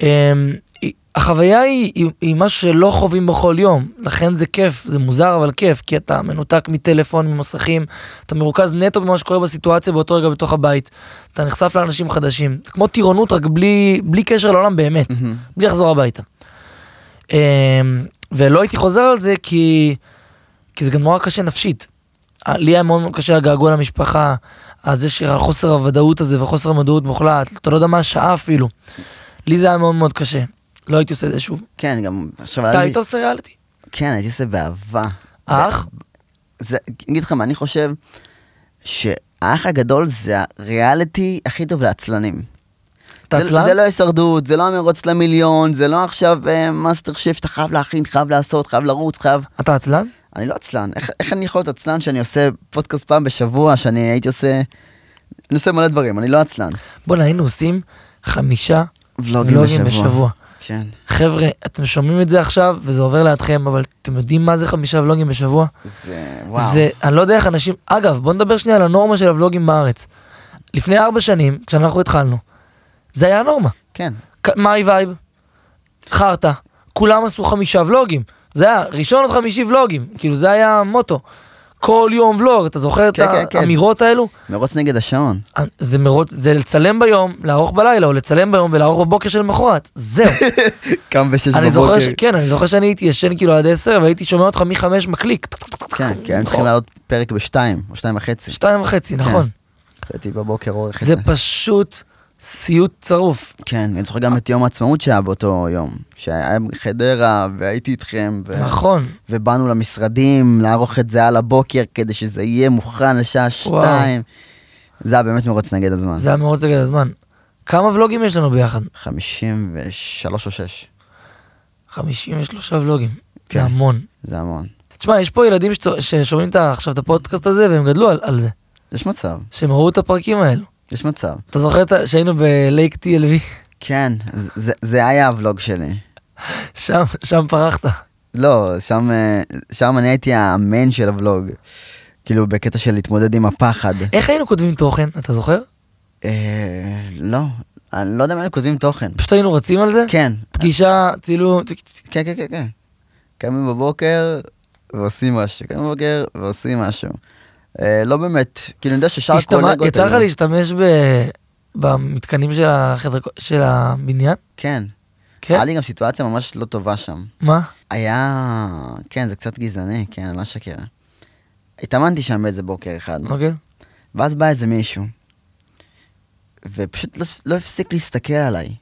S2: אמ, היא- החוויה היא, היא, היא משהו שלא חווים בכל יום, לכן זה כיף, זה מוזר אבל כיף, כי אתה מנותק מטלפון, ממסכים, אתה מרוכז נטו במה שקורה בסיטואציה באותו רגע בתוך הבית, אתה נחשף לאנשים חדשים, זה כמו טירונות רק בלי, בלי קשר לעולם באמת,
S1: מהמם.
S2: בלי לחזור הביתה. אמ, ולא הייתי חוזר על זה כי, כי זה גם נורא קשה נפשית. אה, לי היה מאוד מאוד קשה הגעגוע למשפחה, אז יש חוסר הוודאות הזה וחוסר המודעות מוחלט, אתה לא יודע מה השעה אפילו. לי זה היה מאוד מאוד קשה, לא הייתי עושה את זה שוב.
S1: כן, גם עכשיו...
S2: אתה
S1: היה לי-
S2: היית עושה ריאליטי?
S1: כן, הייתי עושה באהבה.
S2: אח?
S1: זה, אגיד לך מה, אני חושב שהאח הגדול זה הריאליטי הכי טוב לעצלנים.
S2: אתה
S1: זה-
S2: עצלן?
S1: זה לא הישרדות, זה לא המרוץ למיליון, זה לא עכשיו אה, מאסטר שיף, אתה חייב להכין, חייב לעשות, חייב לרוץ, חייב...
S2: אתה עצלן?
S1: אני לא עצלן, איך, איך אני יכול להיות עצלן שאני עושה פודקאסט פעם בשבוע, שאני הייתי עושה... אני עושה מלא דברים, אני לא עצלן.
S2: בואנה, היינו עושים חמישה
S1: ולוגים
S2: ולוגים
S1: בשבוע.
S2: בשבוע.
S1: כן.
S2: חבר'ה, אתם שומעים את זה עכשיו, וזה עובר לידכם, אבל אתם יודעים מה זה חמישה ולוגים בשבוע?
S1: זה... וואו.
S2: וואו. זה, אני לא יודע איך אנשים, אגב, בוא נדבר שנייה על הנורמה של הוולוגים בארץ. לפני ארבע שנים, כשאנחנו התחלנו, זה היה הנורמה.
S1: כן.
S2: ק- מאי וייב, חרטא, כולם עשו חמישה ולוגים. זה היה ראשון עד חמישי ולוגים, כאילו זה היה המוטו. כל יום ולוג, אתה זוכר את
S1: כן, כן, כן.
S2: האמירות האלו?
S1: מרוץ נגד השעון.
S2: זה מרות, זה לצלם ביום, לערוך בלילה, או לצלם ביום ולערוך בבוקר של למחרת,
S1: *laughs*
S2: זהו.
S1: קם בשש בבוקר.
S2: אני זוכר, ש... כן, אני זוכר שאני הייתי ישן כאילו עד עשר, והייתי שומע אותך מחמש מקליק.
S1: כן,
S2: נכון.
S1: כי היינו צריכים לעלות פרק בשתיים, או שתיים וחצי.
S2: שתיים
S1: כן.
S2: וחצי, נכון.
S1: אז הייתי בבוקר עורך את
S2: זה
S1: זה.
S2: פשוט סיוט צרוף.
S1: כן, אני זוכר גם את יום העצמאות שהיה באותו יום. שהיה בחדרה, והייתי איתכם, ו-
S2: נכון.
S1: ובאנו למשרדים לערוך את זה על הבוקר, כדי שזה יהיה מוכן לשעה
S2: וואו.
S1: שתיים. זה היה באמת מרוץ נגד הזמן.
S2: זה היה מאוד סגל הזמן. כמה ולוגים יש לנו ביחד?
S1: 53 או 6.
S2: 53 ולוגים.
S1: כן.
S2: זה המון.
S1: זה המון.
S2: תשמע, יש פה ילדים שצו- ששומעים את ה- עכשיו את הפודקאסט הזה והם גדלו על, על זה,
S1: יש מצב,
S2: שהם ראו את הפרקים האלו.
S1: יש מצב.
S2: אתה זוכר את ה- שהיינו בלייק TLV?
S1: כן, זה- זה- זה היה הוולוג שלי.
S2: *laughs* שם, שם פרחת.
S1: לא, שם, אה, שם אני הייתי המיין של הוולוג. כאילו, בקטע של להתמודד עם הפחד.
S2: איך היינו כותבים תוכן, אתה זוכר?
S1: אה, לא, אני לא יודע מה הם כותבים תוכן.
S2: פשוט היינו רצים על זה?
S1: כן,
S2: פגישה, צילום, ציק, ציק, ציק.
S1: כן, כן, כן, כן. קמים בבוקר ועושים משהו, קמים בבוקר ועושים משהו. אה, לא באמת, כאילו אני יודע ששאר
S2: השתמ-
S1: הקולגות...
S2: יצא לך
S1: היו-
S2: להשתמש ב... במתקנים של, החדר... של הבניין?
S1: כן.
S2: כן?
S1: היה לי גם סיטואציה ממש לא טובה שם.
S2: מה?
S1: היה... כן, זה קצת גזעני, כן, אני לא אשקר. התאמנתי שם באיזה בוקר אחד,
S2: אוקיי.
S1: ואז בא איזה מישהו, ופשוט לא, ס- לא הפסיק להסתכל עליי.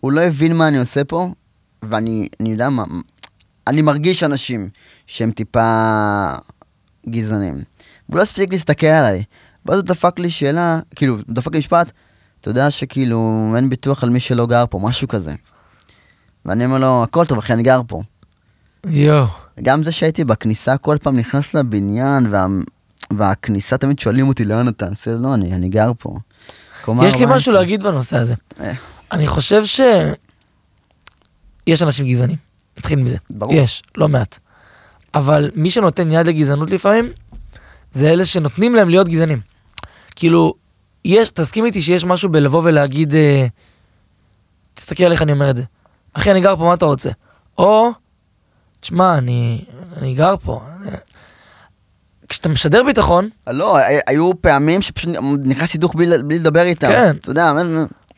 S1: הוא לא הבין מה אני עושה פה, ואני אני יודע מה... אני מרגיש אנשים שהם טיפה גזענים. והוא לא הספיק להסתכל עליי. ואז הוא דפק לי שאלה, כאילו, הוא דפק לי משפט, אתה יודע שכאילו אין ביטוח על מי שלא גר פה, משהו כזה. ואני אומר לו, הכל טוב, אחי, אני גר פה.
S2: יואו.
S1: גם זה שהייתי בכניסה, כל פעם נכנס לבניין, וה... והכניסה תמיד שואלים אותי, לאן אתה? אני עושה, לא, אני, אני גר פה. קומה
S2: יש לי
S1: 14.
S2: משהו להגיד בנושא הזה.
S1: אה.
S2: אני חושב ש... יש אנשים גזענים, נתחיל מזה.
S1: ברור.
S2: יש, לא מעט. אבל מי שנותן יד לגזענות לפעמים, זה אלה שנותנים להם להיות גזענים. כאילו, יש, תסכים איתי שיש משהו בלבוא ולהגיד, אה, תסתכל על איך אני אומר את זה. אחי, אני גר פה, מה אתה רוצה? או, תשמע, אני, אני גר פה. אה, כשאתה משדר ביטחון,
S1: לא, הי- היו פעמים שפשוט נכנסתי דוך בלי, בלי לדבר איתם.
S2: כן.
S1: אתה יודע, מה-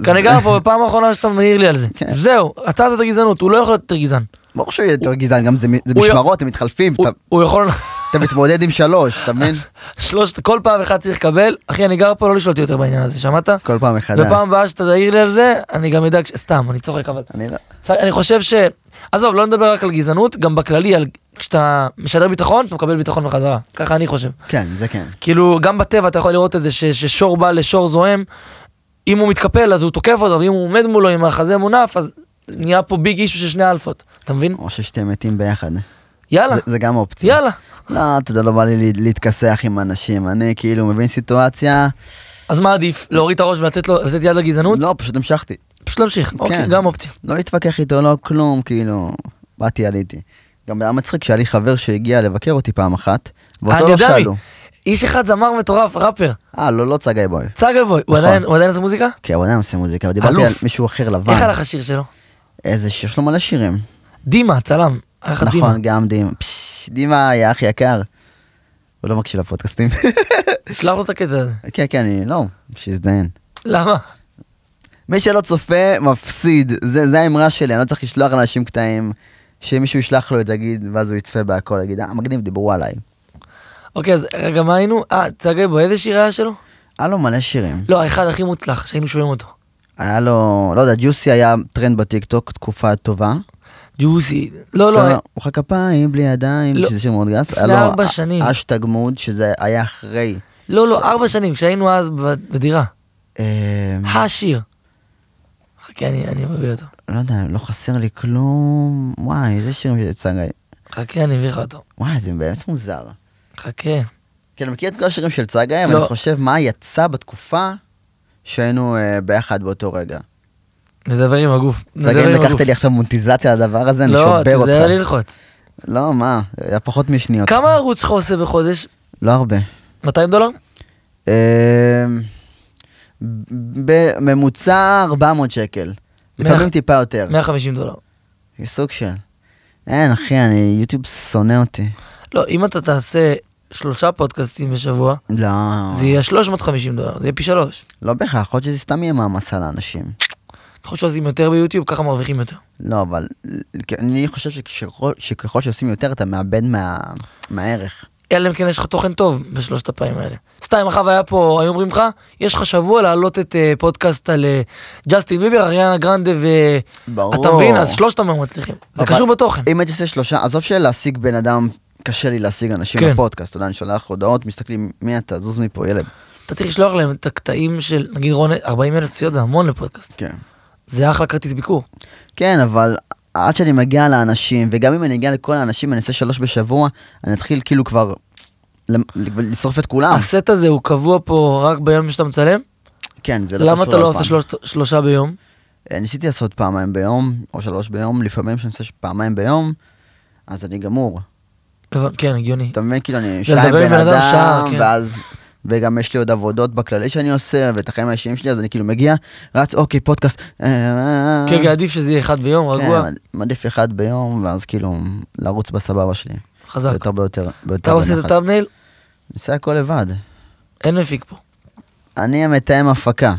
S2: כי אני
S1: זה-
S2: גר פה בפעם האחרונה שאתה מעיר לי על זה.
S1: כן.
S2: זהו, עצרת את הגזענות, הוא לא יכול להיות יותר גזען.
S1: ברור שהוא יהיה יותר גזען, גם זה, מ- זה
S2: הוא-
S1: משמרות, הם מתחלפים,
S2: הוא-
S1: אתה-
S2: הוא יכול,
S1: אתה מתמודד עם שלוש, אתה
S2: *laughs*
S1: מבין?
S2: שלושת, כל פעם אחד צריך לקבל, אחי אני גר פה, לא לשאול אותי יותר בעניין הזה, שמעת?
S1: כל פעם מחדש.
S2: ופעם הבאה שאתה תעיר לי על זה, אני גם אדאג, ש- סתם, אני צוחק אבל.
S1: אני לא...
S2: צ- אני חושב ש... עזוב, לא נדבר רק על גזענות, גם בכללי, על... כשאתה משדר ביטחון, אתה מקבל ביטחון בחזרה. ככה אני חושב.
S1: כן, זה כן.
S2: כאילו, גם בטבע אתה יכול לראות את זה ש, ששור בא לשור זועם, אם הוא מתקפל אז הוא תוקף אותו, ואם הוא עומד מולו עם החזה מונף, אז נהיה פה ביג אישו של שני אלפות. אתה מבין?
S1: או ששתי מתים ביחד.
S2: יאללה,
S1: זה- זה גם אופציה.
S2: יאללה.
S1: לא, אתה יודע, לא בא לי לה- להתכסח עם אנשים. אני כאילו מבין סיטואציה,
S2: אז מה עדיף? להוריד את הראש ולתת לו, לתת יד לגזענות?
S1: לא, פשוט המשכתי.
S2: פשוט להמשיך. אוקיי,
S1: כן.
S2: גם אופציה.
S1: לא להתווכח איתו, לא כלום, כאילו, באתי, עליתי. גם היה מצחיק שהיה לי חבר שהגיע לבקר אותי פעם אחת, ואותו
S2: אני
S1: לא
S2: יודע מי.
S1: שאלו.
S2: איש אחד זמר מטורף, ראפר.
S1: אה, לא, לא צגה בוי.
S2: צגלבוי, הוא
S1: נכון.
S2: עדיין הוא עדיין עושה מוזיקה?
S1: כן, הוא עדיין עושה מוזיקה, אבל דיברתי
S2: אלוף.
S1: על מישהו אחר לבן.
S2: איך הלך השיר שלו?
S1: איזה שיר, יש לו מלא שירים.
S2: דימה, צלם. היה לך דימה.
S1: נכון, גם דימה. פש, דימה היה אח יקר. הוא לא מקשיב לפודקאסטים. *laughs*
S2: שלח לו את הקטע הזה.
S1: כן, כן, אני לא, שיזדיין.
S2: למה?
S1: מי שלא צופה, מפסיד. זה, זה האמרה שלי, אני לא צריך לשלוח לאנשים קטעים. שמישהו ישלח לו את זה, יגיד, ואז הוא יצפה בהכל, יגיד, אה, מגניב, דיברו עליי.
S2: אוקיי, אז רגע, מה היינו? אה, צגלבוי, איזה שיר היה שלו?
S1: היה לו מלא שירים.
S2: לא, האחד הכי מוצלח, שהיינו שומעים אותו.
S1: היה לו, לא יודע, ג'וסי היה טרנד בטיקטוק, תקופה טובה.
S2: ג'וסי. לא, לא,
S1: שמה, מוחא כפיים, בלי ידיים,
S2: לא.
S1: שזה שיר מאוד גס.
S2: לפני ארבע שנים.
S1: אשתג מוד, שזה היה אחרי.
S2: לא, לא, ארבע שנים, כשהיינו אז ב- בדירה.
S1: אה,
S2: השיר. חכה, אני אני מביא אותו.
S1: לא יודע, לא חסר לי כלום. וואי, איזה שירים שיצא גיא.
S2: חכה, אני אביא לך אותו.
S1: וואי, זה באמת מוזר.
S2: חכה.
S1: כי אני מכיר את כל השירים של צגה, אבל
S2: לא.
S1: אני חושב מה יצא בתקופה שהיינו אה, ביחד באותו רגע.
S2: נדבר עם הגוף.
S1: צגה, אם לקחת לי עכשיו מונטיזציה לדבר הזה, אני
S2: לא,
S1: שובר
S2: תיזהר
S1: אותך. אוקיי.
S2: ללחוץ.
S1: לא, מה, היה פחות משניות.
S2: כמה הערוץ שלך עושה בחודש?
S1: לא הרבה.
S2: 200 דולר?
S1: אה, בממוצע 400 שקל.
S2: מאה-
S1: מקבלים טיפה יותר.
S2: 150 דולר.
S1: סוג של. אין, אחי, אני, יוטיוב שונא אותי.
S2: לא, אם אתה תעשה שלושה פודקאסטים בשבוע,
S1: לא,
S2: זה יהיה 350 דולר, זה יהיה פי שלוש.
S1: לא בהכרח, יכול להיות שזה סתם יהיה מעמסה לאנשים.
S2: ככל שעושים יותר ביוטיוב, ככה מרוויחים יותר.
S1: לא, אבל כי אני חושב שככל, שככל שעושים יותר, אתה מאבד מה, מהערך.
S2: אלא אם כן יש לך תוכן טוב בשלושת הפעמים האלה. סתם, אם אחר היה פה, היו אומרים לך, יש לך שבוע להעלות את אה, פודקאסט על אה, ג'סטין ביבר, אריאנה גרנדה ו...
S1: ברור.
S2: אתה מבין? אז שלושת המהם מצליחים. זה
S1: אבל-
S2: קשור בתוכן.
S1: אם הייתי עושה שלושה, עזוב שלהשיג בן אדם, קשה לי להשיג אנשים
S2: כן.
S1: בפודקאסט, אתה יודע, אני שולח הודעות, מסתכלים, מי אתה, זוז מפה, ילד.
S2: אתה צריך לשלוח להם את הקטעים של, נגיד רון, 40 אלף ציות זה המון לפודקאסט.
S1: כן.
S2: זה אחלה כרטיס ביקור.
S1: כן, אבל עד שאני מגיע לאנשים, וגם אם אני אגיע לכל האנשים, אני אעשה שלוש בשבוע, אני אתחיל כאילו כבר למ- לשרוף את כולם.
S2: הסט הזה הוא קבוע פה רק ביום שאתה מצלם?
S1: כן, זה לא קשור
S2: למה אתה לא
S1: לאולפן.
S2: עושה שלושת- שלושה ביום?
S1: אה, ניסיתי לעשות פעמיים ביום, או שלוש ביום, לפעמים כשאני עושה פעמיים ביום, אז אני גמור.
S2: הבנ- כן, הגיוני.
S1: אתה מבין? כאילו אני
S2: זה
S1: שעה עם
S2: לדבר עם
S1: בן
S2: בן אדם שעה,
S1: אדם,
S2: כן.
S1: ואז... וגם יש לי עוד עבודות בכללי שאני עושה, ואת החיים האישיים שלי, אז אני כאילו מגיע, רץ, אוקיי, פודקאסט. אה, אה, אה.
S2: כן, כן, עדיף שזה יהיה אחד ביום, רגוע,
S1: כן, מעדיף אחד ביום, ואז כאילו לרוץ בסבבה שלי.
S2: חזק.
S1: יותר ביותר,
S2: אתה
S1: ביותר
S2: עושה את
S1: בנחת.
S2: הטאבנייל,
S1: אני עושה הכל לבד.
S2: אין מפיק פה.
S1: אני המתאם הפקה.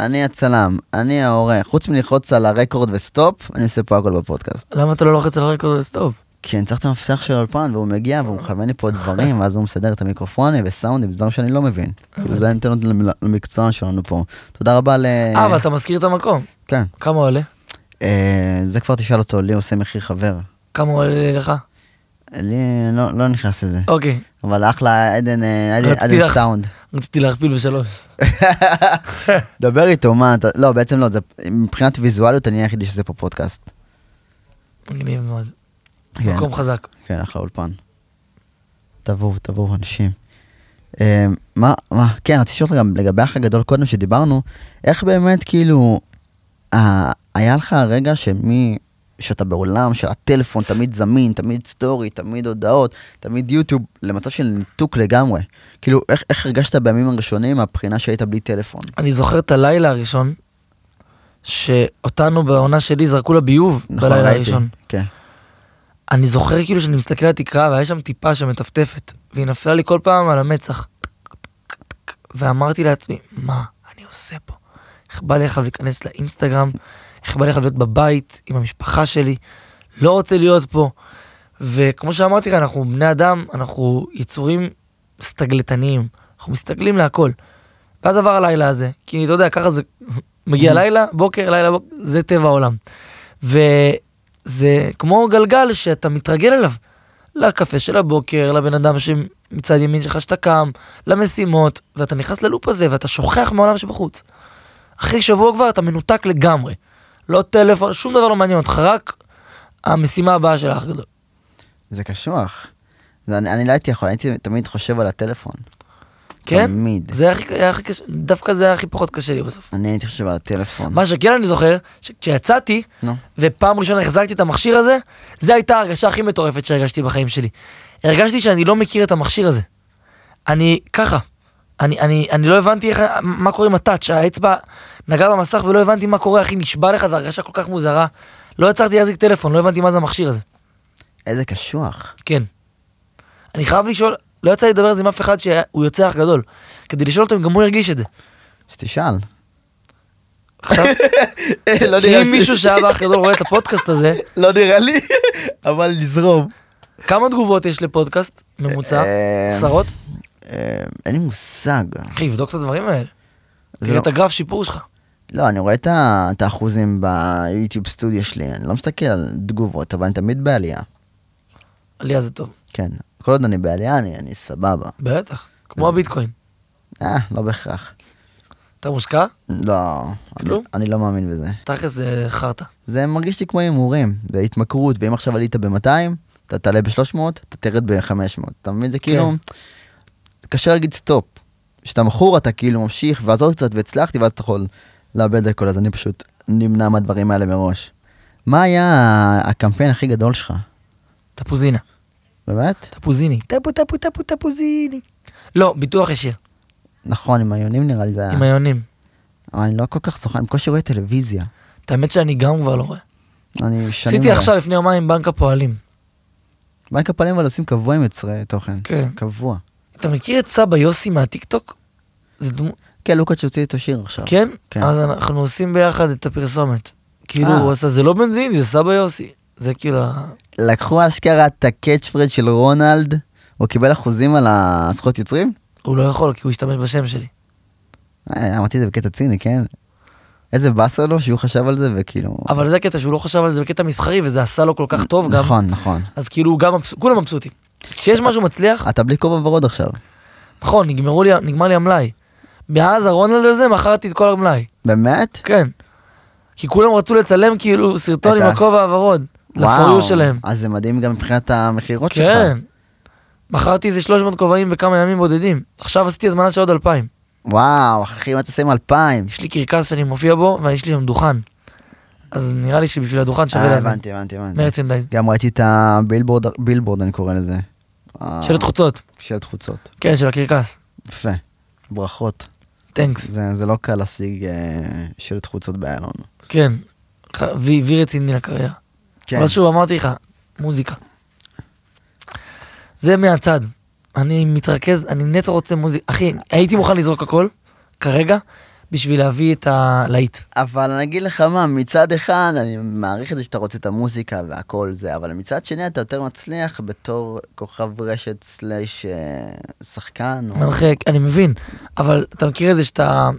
S1: אני הצלם, אני העורך. חוץ מלחוץ על הרקורד וסטופ, אני עושה פה הכל בפודקאסט.
S2: למה אתה לא לוחץ על הרקורד לסטופ?
S1: כי אני צריך את המפתח של האולפן, והוא מגיע והוא מכוון לי פה דברים, ואז הוא מסדר את המיקרופונים וסאונדים, דברים שאני לא מבין. כאילו זה ניתן למקצוען שלנו פה. תודה רבה ל...
S2: אה, אבל אתה מזכיר את המקום.
S1: כן.
S2: כמה עולה?
S1: אה, זה כבר תשאל אותו, לי עושה מחיר חבר.
S2: כמה עולה לך?
S1: לי לא לא נכנס לזה.
S2: אוקיי,
S1: אבל אחלה עדן, אה, עדן-
S2: רציתי
S1: עדן
S2: לך-
S1: סאונד.
S2: רציתי להכפיל בשלוש.
S1: דבר איתו, מה אתה... לא, בעצם לא, זה- מבחינת ויזואליות אני היחידי שזה פה פודקאסט.
S2: מגניב מאוד.
S1: כן.
S2: מקום חזק.
S1: כן, אחלה אולפן. תבואו, תבואו אנשים. אה, מה, מה, כן, רציתי לשאול אותך גם לגבי האח הגדול קודם שדיברנו, איך באמת כאילו, אה, היה לך הרגע שמי, שאתה בעולם של הטלפון תמיד זמין, תמיד סטורי, תמיד הודעות, תמיד יוטיוב, למצב של ניתוק לגמרי. כאילו, איך, איך הרגשת בימים הראשונים מהבחינה שהיית בלי טלפון?
S2: אני זוכר את הלילה הראשון, שאותנו בעונה שלי זרקו לביוב
S1: נכון,
S2: בלילה
S1: ראיתי.
S2: הראשון.
S1: כן.
S2: אני זוכר כאילו שאני מסתכל על התקרה והיה שם טיפה שמטפטפת, והיא נפלה לי כל פעם על המצח. ואמרתי לעצמי, מה אני עושה פה? איך בא לי עכשיו להיכנס לאינסטגרם? איך בא לי עכשיו להיות בבית עם המשפחה שלי? לא רוצה להיות פה. וכמו שאמרתי לך, אנחנו בני אדם, אנחנו יצורים סטגלטניים. אנחנו מסתגלים להכל. ואז עבר הלילה הזה, כי אתה יודע, ככה זה מגיע לילה, בוקר, לילה, בוקר, זה טבע העולם. וזה כמו גלגל שאתה מתרגל אליו. לקפה של הבוקר, לבן אדם שמצד ימין שלך שאתה קם, למשימות, ואתה נכנס ללופ הזה ואתה שוכח מהעולם שבחוץ. אחרי שבוע כבר אתה מנותק לגמרי. לא טלפון, שום דבר לא מעניין אותך, רק המשימה הבאה של האח הגדול.
S1: זה קשוח. זה, אני, אני לא הייתי יכול, הייתי תמיד חושב על הטלפון.
S2: כן?
S1: תמיד.
S2: זה היה הכי, היה הכי קשה, דווקא זה היה הכי פחות קשה לי בסוף.
S1: אני הייתי חושב על הטלפון.
S2: מה שכן אני זוכר, שכשיצאתי,
S1: נו.
S2: ופעם ראשונה החזקתי את המכשיר הזה, זו הייתה ההרגשה הכי מטורפת שהרגשתי בחיים שלי. הרגשתי שאני לא מכיר את המכשיר הזה. אני ככה. אני, אני, אני לא הבנתי איך, מה קורה עם הטאץ', שהאצבע נגעה במסך ולא הבנתי מה קורה, אחי, נשבע לך, זו הרגשה כל כך מוזרה. לא יצרתי להחזיק טלפון, לא הבנתי מה זה המכשיר הזה.
S1: איזה קשוח.
S2: כן. אני חייב לשאול, לא יצא לי לדבר על זה עם אף אחד שהוא יוצא אח גדול. כדי לשאול אותו אם גם הוא הרגיש את זה. *laughs*
S1: שתשאל.
S2: עכשיו,
S1: *laughs* לא
S2: אם מישהו *laughs* שהיה באח גדול רואה את הפודקאסט הזה,
S1: לא נראה
S2: *laughs*
S1: לי, אבל לזרום.
S2: כמה תגובות יש לפודקאסט ממוצע?
S1: אה,
S2: עשרות?
S1: אה, אין לי מושג.
S2: אחי, לבדוק את הדברים האלה.
S1: זה
S2: תראה
S1: לא-
S2: את הגרף שיפור שלך.
S1: לא, אני רואה את ה- את האחוזים ביוטיוב סטודיו שלי, אני לא מסתכל על תגובות, אבל אני תמיד בעלייה.
S2: עלייה זה טוב.
S1: כן. כל עוד אני בעלייה, אני אני סבבה.
S2: בטח. כמו הביטקוין.
S1: אה, לא בהכרח.
S2: אתה מושקע?
S1: לא, אני-
S2: כלום?
S1: אני לא מאמין בזה.
S2: תכל'ס זה חרטא.
S1: זה מרגיש לי כמו הימורים, זה התמכרות, ואם עכשיו עלית ב-200, אתה תעלה ב-300, אתה תרד ב-500. אתה מבין?
S2: כן.
S1: זה כאילו, קשה להגיד סטופ. כשאתה מכור אתה כאילו ממשיך, ואז עוד קצת והצלחתי, ואז אתה יכול לאבד הכל, אז אני פשוט נמנע מהדברים האלה מראש. מה היה הקמפיין הכי גדול שלך?
S2: תפוזינה.
S1: באמת?
S2: תפוזיני. טפו טפו טפו תפוזיני. לא, ביטוח ישיר.
S1: נכון, עם היונים נראה לי זה היה.
S2: עם היונים.
S1: אבל אני לא כל כך זוכר, אני בקושי רואה טלוויזיה.
S2: את האמת שאני גם כבר לא רואה.
S1: אני שנים...
S2: עשיתי
S1: לא-
S2: עכשיו לפני יומיים בנק הפועלים.
S1: בנק הפעלים אבל עושים קבוע עם יוצרי תוכן.
S2: כן.
S1: קבוע.
S2: אתה מכיר את סבא יוסי מהטיקטוק? זה דמו...
S1: כן, לוקאץ' הוציא איתו שיר עכשיו.
S2: כן?
S1: כן.
S2: אז אנחנו עושים ביחד את הפרסומת. כאילו
S1: אה.
S2: הוא עשה, זה לא בנזיני, זה סבא יוסי. זה כאילו, ה-
S1: לקחו אשכרה את הקאץ' פרד של רונלד, הוא קיבל אחוזים על הזכויות יוצרים?
S2: הוא לא יכול כי הוא השתמש בשם שלי.
S1: אוקיי. אה, אמרתי את זה בקטע ציני, כן? איזה באסה לו שהוא חשב על זה וכאילו...
S2: אבל זה הקטע שהוא לא חשב על זה בקטע מסחרי וזה עשה לו כל כך טוב גם.
S1: נכון, נכון.
S2: אז כאילו הוא גם, מבס... כולם מבסוטים. כשיש משהו מצליח,
S1: אתה בלי כובע ורוד עכשיו.
S2: נכון, נגמרו לי, נגמר לי המלאי. מאז הרונלד הזה מכרתי את כל המלאי,
S1: באמת?
S2: כן. כי כולם רצו לצלם כאילו סרטון
S1: את
S2: עם
S1: ה-
S2: הכובע הוורוד, לפוריו
S1: וואו.
S2: שלהם.
S1: אז זה מדהים גם מבחינת המכירות שלך.
S2: כן. מכרתי איזה 300 כובעים בכמה ימים בודדים. עכשיו עשיתי הזמנה של עוד 2,000.
S1: וואו, אחי, מה אתה עושה עם אלפיים?
S2: יש לי קרקס שאני מופיע בו, ויש לי שם דוכן. אז נראה לי שבשביל הדוכן שווה
S1: אה,
S2: להזמין.
S1: הבנתי, הבנתי, הבנתי.
S2: מרצ'נדייז.
S1: גם ראיתי את הבילבורד, בילבורד אני קורא לזה. ה-
S2: שלט חוצות.
S1: שלט חוצות.
S2: כן, של הקרקס.
S1: יפה. ברכות.
S2: טנקס.
S1: זה זה לא קל להשיג אה, שלט חוצות באיילון.
S2: כן. ח- וי וי רציני לקריירה.
S1: כן.
S2: אבל שוב, אמרתי לך, מוזיקה. זה מהצד. אני מתרכז, אני נטו רוצה מוזיקה. אחי, הייתי מוכן לזרוק הכל, כרגע, בשביל להביא את הלהיט.
S1: אבל אני אגיד לך מה, מצד אחד, אני מעריך את זה שאתה רוצה את המוזיקה והכל זה, אבל מצד שני אתה יותר מצליח בתור כוכב רשת סלאש אה, שחקן. או...
S2: מנחה, אני מבין, אבל אתה מכיר את זה שאתה...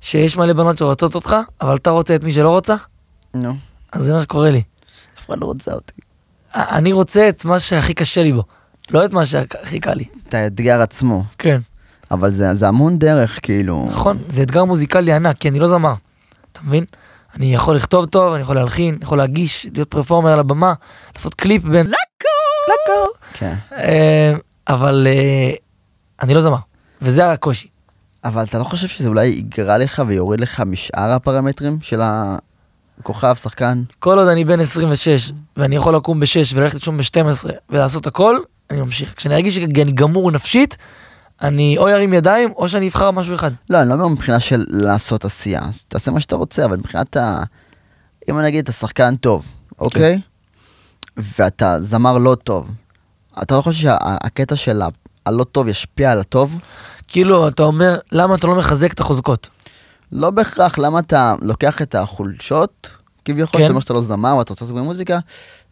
S2: שיש מלא בנות שרוצות אותך, אבל אתה רוצה את מי שלא רוצה?
S1: נו,
S2: אז זה מה שקורה לי.
S1: אף אחד לא רוצה אותי.
S2: א- אני רוצה את מה שהכי קשה לי בו, לא את מה שהכי קל לי.
S1: את האתגר עצמו.
S2: כן.
S1: אבל זה, זה המון דרך, כאילו.
S2: נכון, זה אתגר מוזיקלי ענק, כי אני לא זמר. אתה מבין? אני יכול לכתוב טוב, אני יכול להלחין, אני יכול להגיש, להיות פרפורמר על הבמה, לעשות קליפ בין... לקו!
S1: כן.
S2: אה, אבל אה, אני לא זמר, וזה הקושי.
S1: אבל אתה לא חושב שזה אולי יגרע לך ויוריד לך משאר הפרמטרים של הכוכב, שחקן?
S2: כל עוד אני בן 26, ואני יכול לקום ב-6 וללכת לישון ב-12 ולעשות הכל, אני ממשיך. כשאני ארגיש שאני גמור נפשית, אני או ירים ידיים, או שאני אבחר משהו אחד.
S1: לא, אני לא אומר מבחינה של לעשות עשייה, אז תעשה מה שאתה רוצה, אבל מבחינת ה... אם אני אגיד, אתה שחקן טוב, אוקיי? ואתה זמר לא טוב, אתה לא חושב שהקטע של ה- הלא טוב ישפיע על הטוב?
S2: כאילו, אתה אומר, למה אתה לא מחזק את החוזקות?
S1: לא בהכרח, למה אתה לוקח את החולשות, כביכול,
S2: כן.
S1: שאתה אומר שאתה לא זמר, ואתה רוצה לעסוק במוזיקה,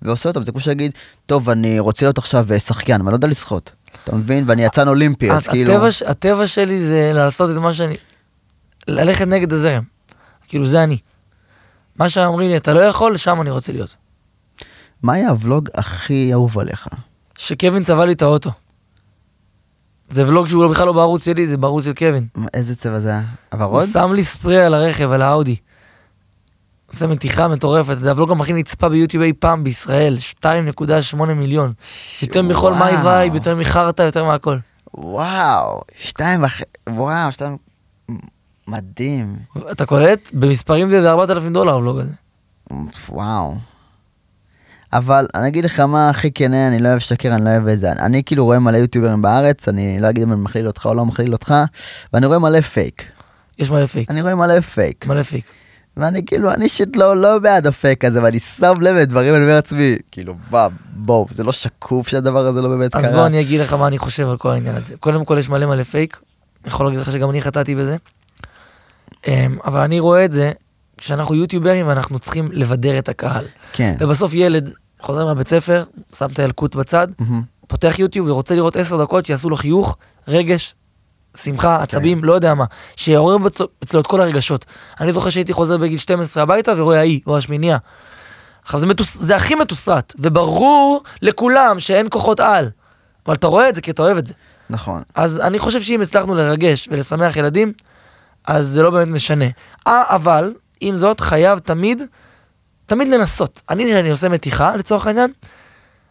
S1: ועושה אותם, זה כמו שיגיד, טוב, אני רוצה להיות עכשיו אה, שחיין, אבל אני לא יודע לשחות. אתה מבין? ואני יצאן אולימפי, אז
S2: אז
S1: כאילו...
S2: אה, הטבע, ש- הטבע שלי זה לעשות את מה שאני... ללכת נגד הזרם. כאילו, זה אני. מה שאומרים לי, אתה לא יכול, שם אני רוצה להיות.
S1: מה היה הוולוג הכי אהוב עליך?
S2: שקווין צבע לי את האוטו. זה ולוג שהוא בכלל לא בערוץ שלי, זה בערוץ של קווין.
S1: מה- איזה צבע זה היה?
S2: הוא
S1: הוורוד?
S2: שם לי ספרי על הרכב, על האאודי. עושה מתיחה מטורפת, זה הוולוג גם הכי נצפה ביוטיוב אי פעם בישראל, 2.8 מיליון. יותר מכל
S1: וואו.
S2: מיי וייב, יותר מחרטא, יותר מהכל.
S1: וואו, שתיים וחצי, וואו, שתיים... מדהים.
S2: אתה קולט? במספרים זה זה 4,000 דולר הוולוג הזה.
S1: וואו. אבל אני אגיד לך מה הכי כנה, אני לא אוהב שקר, אני לא אוהב את זה. אני, אני כאילו רואה מלא יוטיוברים בארץ, אני לא אגיד אם אני מכליל אותך או לא מכליל אותך, ואני רואה מלא פייק.
S2: יש מלא פייק.
S1: אני רואה מלא פייק.
S2: מלא פייק.
S1: ואני כאילו, אני אישית לא, לא בעד הפייק הזה, ואני שם לב לדברים, אני אומר לעצמי, כאילו, בוא, בוא, זה לא שקוף שהדבר הזה לא באמת קרה.
S2: אז בוא אני אגיד לך מה אני חושב על כל העניין הזה. קודם כל יש מלא מלא פייק, אני יכול להגיד לך שגם אני חטאתי בזה. אמ, אבל אני רואה את זה, כשאנחנו יוטיוברים ואנחנו צריכים לבדר את הקהל.
S1: כן.
S2: ובסוף ילד חוזר מהבית ספר, שם את הילקוט בצד,
S1: מהמם.
S2: פותח יוטיוב ורוצה לראות 10 דקות שיעשו לו חיוך, רגש, שמחה, עצבים, לא יודע מה, שיעורר בצל- אצלו את כל הרגשות. אני זוכר שהייתי חוזר בגיל 12 הביתה ורואה האי או השמינייה. עכשיו זה, מתוס... זה הכי מתוסרט, וברור לכולם שאין כוחות על. אבל אתה רואה את זה כי אתה אוהב את זה.
S1: נכון.
S2: אז אני חושב שאם הצלחנו לרגש ולשמח ילדים, אז זה לא באמת משנה. אה, אבל, עם זאת, חייב תמיד, תמיד לנסות. אני, כשאני עושה מתיחה, לצורך העניין,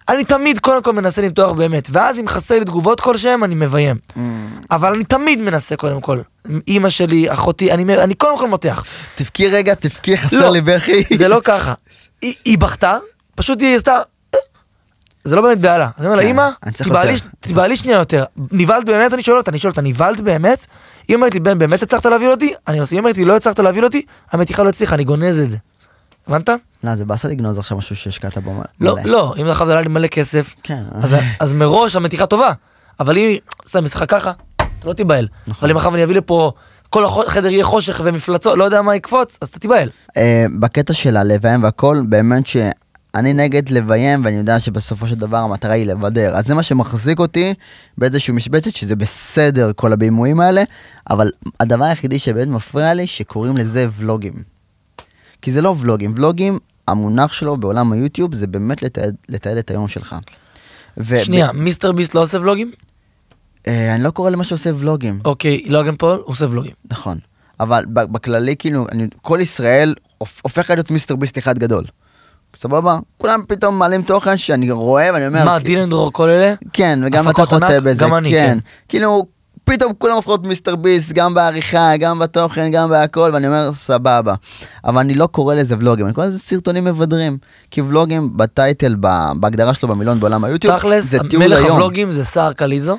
S2: אני תמיד קודם כל מנסה למתוח באמת, ואז אם חסר לי תגובות כלשהן, אני מביים.
S1: Mm.
S2: אבל אני תמיד מנסה קודם כל. אימא שלי, אחותי, אני, מ- אני קודם כל מותח.
S1: תבכי רגע, תבכי, חסר
S2: לא,
S1: לי בכי. *laughs*
S2: זה לא ככה. היא, היא בכתה, פשוט היא עשתה... "אה". זה לא באמת בהלה. אני אומר לה,
S1: כן,
S2: אימא,
S1: אני צריך
S2: תיבהלי
S1: יותר."
S2: תיבהלי שנייה יותר. נבהלת באמת? אני שואל אותה, אני שואל אותה, נבהלת באמת? היא אומרת לי, בן, באמת הצלחת להבהיל אותי? אני עושה, היא אומרת לי, לא הצלחת להבהיל אותי? המתיחה לא הצליחה, אני גונז את זה. הבנת?
S1: לא, זה באסה לגנוז עכשיו משהו שהשקעת בו. מלא.
S2: לא, לא, אם עכשיו עלה לי מלא כסף,
S1: כן.
S2: אז- אז מראש המתיחה טובה. אבל אם היא עושה משחק ככה, אתה לא תיבהל.
S1: נכון.
S2: אבל אם עכשיו אני אביא לפה, כל החו- החדר יהיה חושך ומפלצות, לא יודע מה יקפוץ, אז אתה תיבהל.
S1: אה, בקטע של הלביים והכל, באמת שאני נגד לביים, ואני יודע שבסופו של דבר המטרה היא לבדר. אז זה מה שמחזיק אותי באיזושהי משבצת, שזה בסדר כל הבימויים האלה, אבל הדבר היחידי שבאמת מפריע לי, שקוראים לזה ולוגים. כי זה לא ולוגים, ולוגים, המונח שלו בעולם היוטיוב זה באמת לתעד, לתעד את היום שלך. ו-
S2: שנייה, מיסטר ביסט לא עושה ולוגים?
S1: אה, אני לא קורא למה שעושה ולוגים.
S2: אוקיי, לוגן פול עושה ולוגים.
S1: נכון. אבל ב- בכללי, כאילו, אני, כל ישראל הופ- הופך להיות מיסטר ביסט אחד גדול. סבבה? כולם פתאום מעלים תוכן שאני רואה ואני אומר...
S2: מה,
S1: כי-
S2: דילן דרור כל אלה?
S1: כן, וגם אתה
S2: הפקות
S1: חוטא
S2: ענק?
S1: בזה.
S2: גם אני, כן.
S1: כאילו, פתאום כולם הופכים להיות מיסטר ביסט, גם בעריכה, גם בתוכן, גם בהכל, ואני אומר, סבבה. אבל אני לא קורא לזה ולוגים, אני קורא לזה סרטונים מבדרים. כי ולוגים בטייטל, ב- בהגדרה שלו במילון בעולם היוטיוב,
S2: תכלס,
S1: זה תיעוד
S2: מלך
S1: היום.
S2: הוולוגים זה סער קליזו,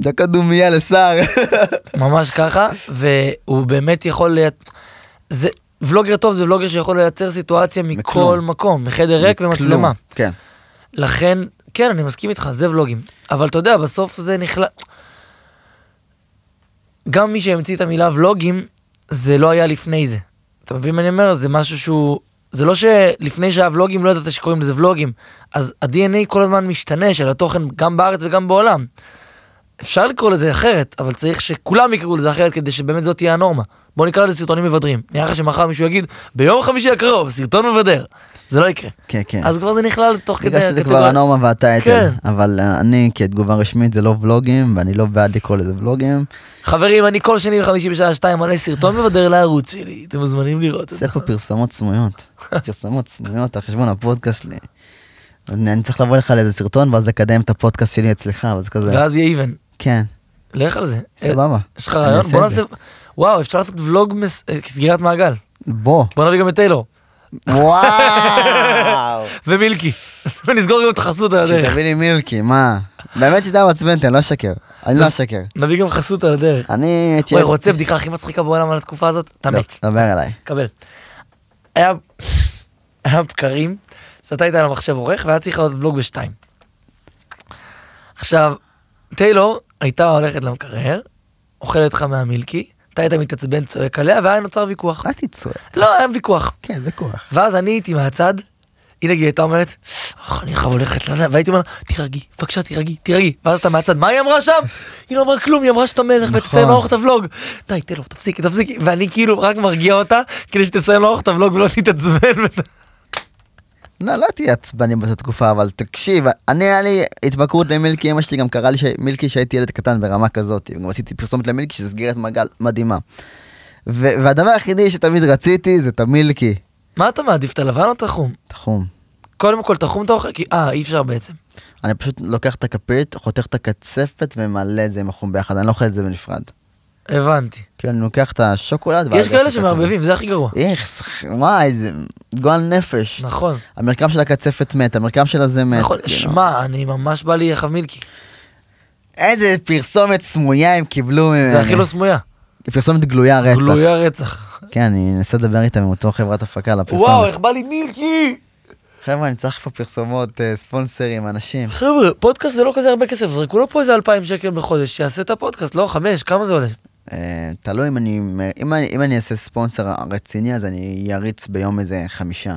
S1: דקה דומייה לסער.
S2: ממש ככה, והוא באמת יכול... ליצ- זה... ולוגר טוב זה ולוגר שיכול לייצר סיטואציה מכל
S1: מכלום.
S2: מקום, מחדר ריק ומצלמה.
S1: *laughs* כלום, כן.
S2: לכן, כן, אני מסכים איתך, זה ולוגים. אבל אתה יודע, בסוף זה נכלל... גם מי שהמציא את המילה ולוגים, זה לא היה לפני זה. אתה מבין מה אני אומר? זה משהו שהוא... זה לא שלפני שהיה ולוגים, לא ידעת שקוראים לזה ולוגים. אז ה-DNA כל הזמן משתנה של התוכן גם בארץ וגם בעולם. אפשר לקרוא לזה אחרת, אבל צריך שכולם יקראו לזה אחרת כדי שבאמת זאת תהיה הנורמה. בוא נקרא לזה סרטונים מבדרים. נראה לך שמחר מישהו יגיד, ביום חמישי הקרוב, סרטון מבדר. זה לא יקרה.
S1: כן, כן.
S2: אז כבר זה נכלל תוך כדי...
S1: בגלל שזה כבר
S2: הקטגוריה.
S1: הנורמה והטייטל,
S2: כן.
S1: אבל אה, אני כתגובה רשמית זה לא ולוגים ואני לא בעד לקרוא לזה ולוגים,
S2: חברים, אני כל שני וחמישי בשעה שתיים מלא סרטון מבדר לערוץ שלי, אתם מוזמנים לראות אותו.
S1: עושה פה פרסומות
S2: *laughs*
S1: סמויות. פרסומות סמויות על חשבון הפודקאסט שלי. אני אני צריך לבוא לך לאיזה סרטון ואז לקדם את הפודקאסט שלי אצלך, וזה כזה...
S2: ואז יהיה איבן.
S1: כן,
S2: לך על זה. אה,
S1: סבבה.
S2: יש לך
S1: אני
S2: רעיון?
S1: אעשה
S2: בוא
S1: את זה.
S2: נעשה... וואו, אפשר לעשות ולוג מס- אה, סגירת מעגל.
S1: בוא.
S2: בוא נביא גם את טיילור. *laughs*
S1: וואו!
S2: ומילקי. נסגור גם את החסות על הדרך.
S1: תביא לי מילקי, מה? באמת שאתה מעצבן אותי, אני לא אשקר. אני לא אשקר.
S2: נביא גם חסות על הדרך.
S1: אני הייתי...
S2: וואי, רוצה בדיחה הכי מצחיקה בעולם על התקופה הזאת? אתה
S1: אה, לא,
S2: מת.
S1: דבר אליי.
S2: קבל. היה היה בקרים, סטה איתה על המחשב עורך, והיה צריך לעלות ולוג בשתיים. עכשיו, טיילור הייתה הולכת למקרר, אוכלת לך מהמילקי, אתה היית מתעצבן, צועק עליה, והיה נוצר ויכוח.
S1: אל תצועק.
S2: לא, היה ויכוח.
S1: כן, בכוח.
S2: ואז אני הייתי מהצד, היא נגיד הייתה אומרת, "אה, אני חייב הולכת לזה, והייתי אומר לה, תירגעי, בבקשה תירגעי, תירגעי. ואז אתה מהצד, מה היא אמרה שם? היא לא אמרה כלום, היא אמרה שאתה מלך
S1: נכון.
S2: ותסיים לערוך את הוולוג. די, תן לו, תפסיקי, תפסיקי. ואני כאילו רק מרגיע אותה, כדי שתסיים לערוך את הוולוג ולא תתעצבן. *laughs* ות-
S1: לא, לא תהיה עצבני באותה תקופה, אבל תקשיב, אני, היה לי התמכרות למילקי, אמא שלי גם קראה לי ש- מילקי כשהייתי ילד קטן ברמה כזאת, גם עשיתי פרסומת למילקי שזה סגירת מעגל מדהימה. ו- והדבר היחידי שתמיד רציתי זה את המילקי.
S2: מה אתה מעדיף, את הלבן או את החום?
S1: תחום.
S2: קודם כל, תחום אתה אוכל, כי אה, אי אפשר בעצם.
S1: אני פשוט לוקח את הכפית, חותך את הקצפת וממלא את זה עם החום ביחד, אני לא אוכל את זה בנפרד.
S2: הבנתי.
S1: כאילו, אני לוקח את השוקולד
S2: יש
S1: ואז
S2: כאלה
S1: לוקח את
S2: שמערבבים, זה הכי גרוע.
S1: הקצפת. איך, סח- וואי, זה גועל נפש.
S2: נכון,
S1: המרקם של הקצפת מת, המרקם שלה זה מת.
S2: נכון.
S1: כאילו.
S2: שמע, אני ממש בא לי יחב מילקי.
S1: איזה פרסומת סמויה הם קיבלו ממני.
S2: זה הכי לא סמויה.
S1: פרסומת גלויה אה, רצח.
S2: גלויה רצח.
S1: כן, אני אנסה לדבר איתם עם אותו חברת הפקה על הפרסומת.
S2: וואו, איך בא לי מילקי!
S1: חבר'ה, אני צריך פה פרסומות, אה, ספונסרים, אנשים.
S2: חבר'ה, פודקאסט זה לא כזה הרבה כסף, זרקו לו פה איזה 2,000 שקל בחודש, שיעשה את הפודקאסט, לא? חמש, כמה זה עולה?
S1: אה, תלוי אם אני, אם אני, אם אני אעשה ספונסר רציני, אז אני אריץ ביום איזה חמישה.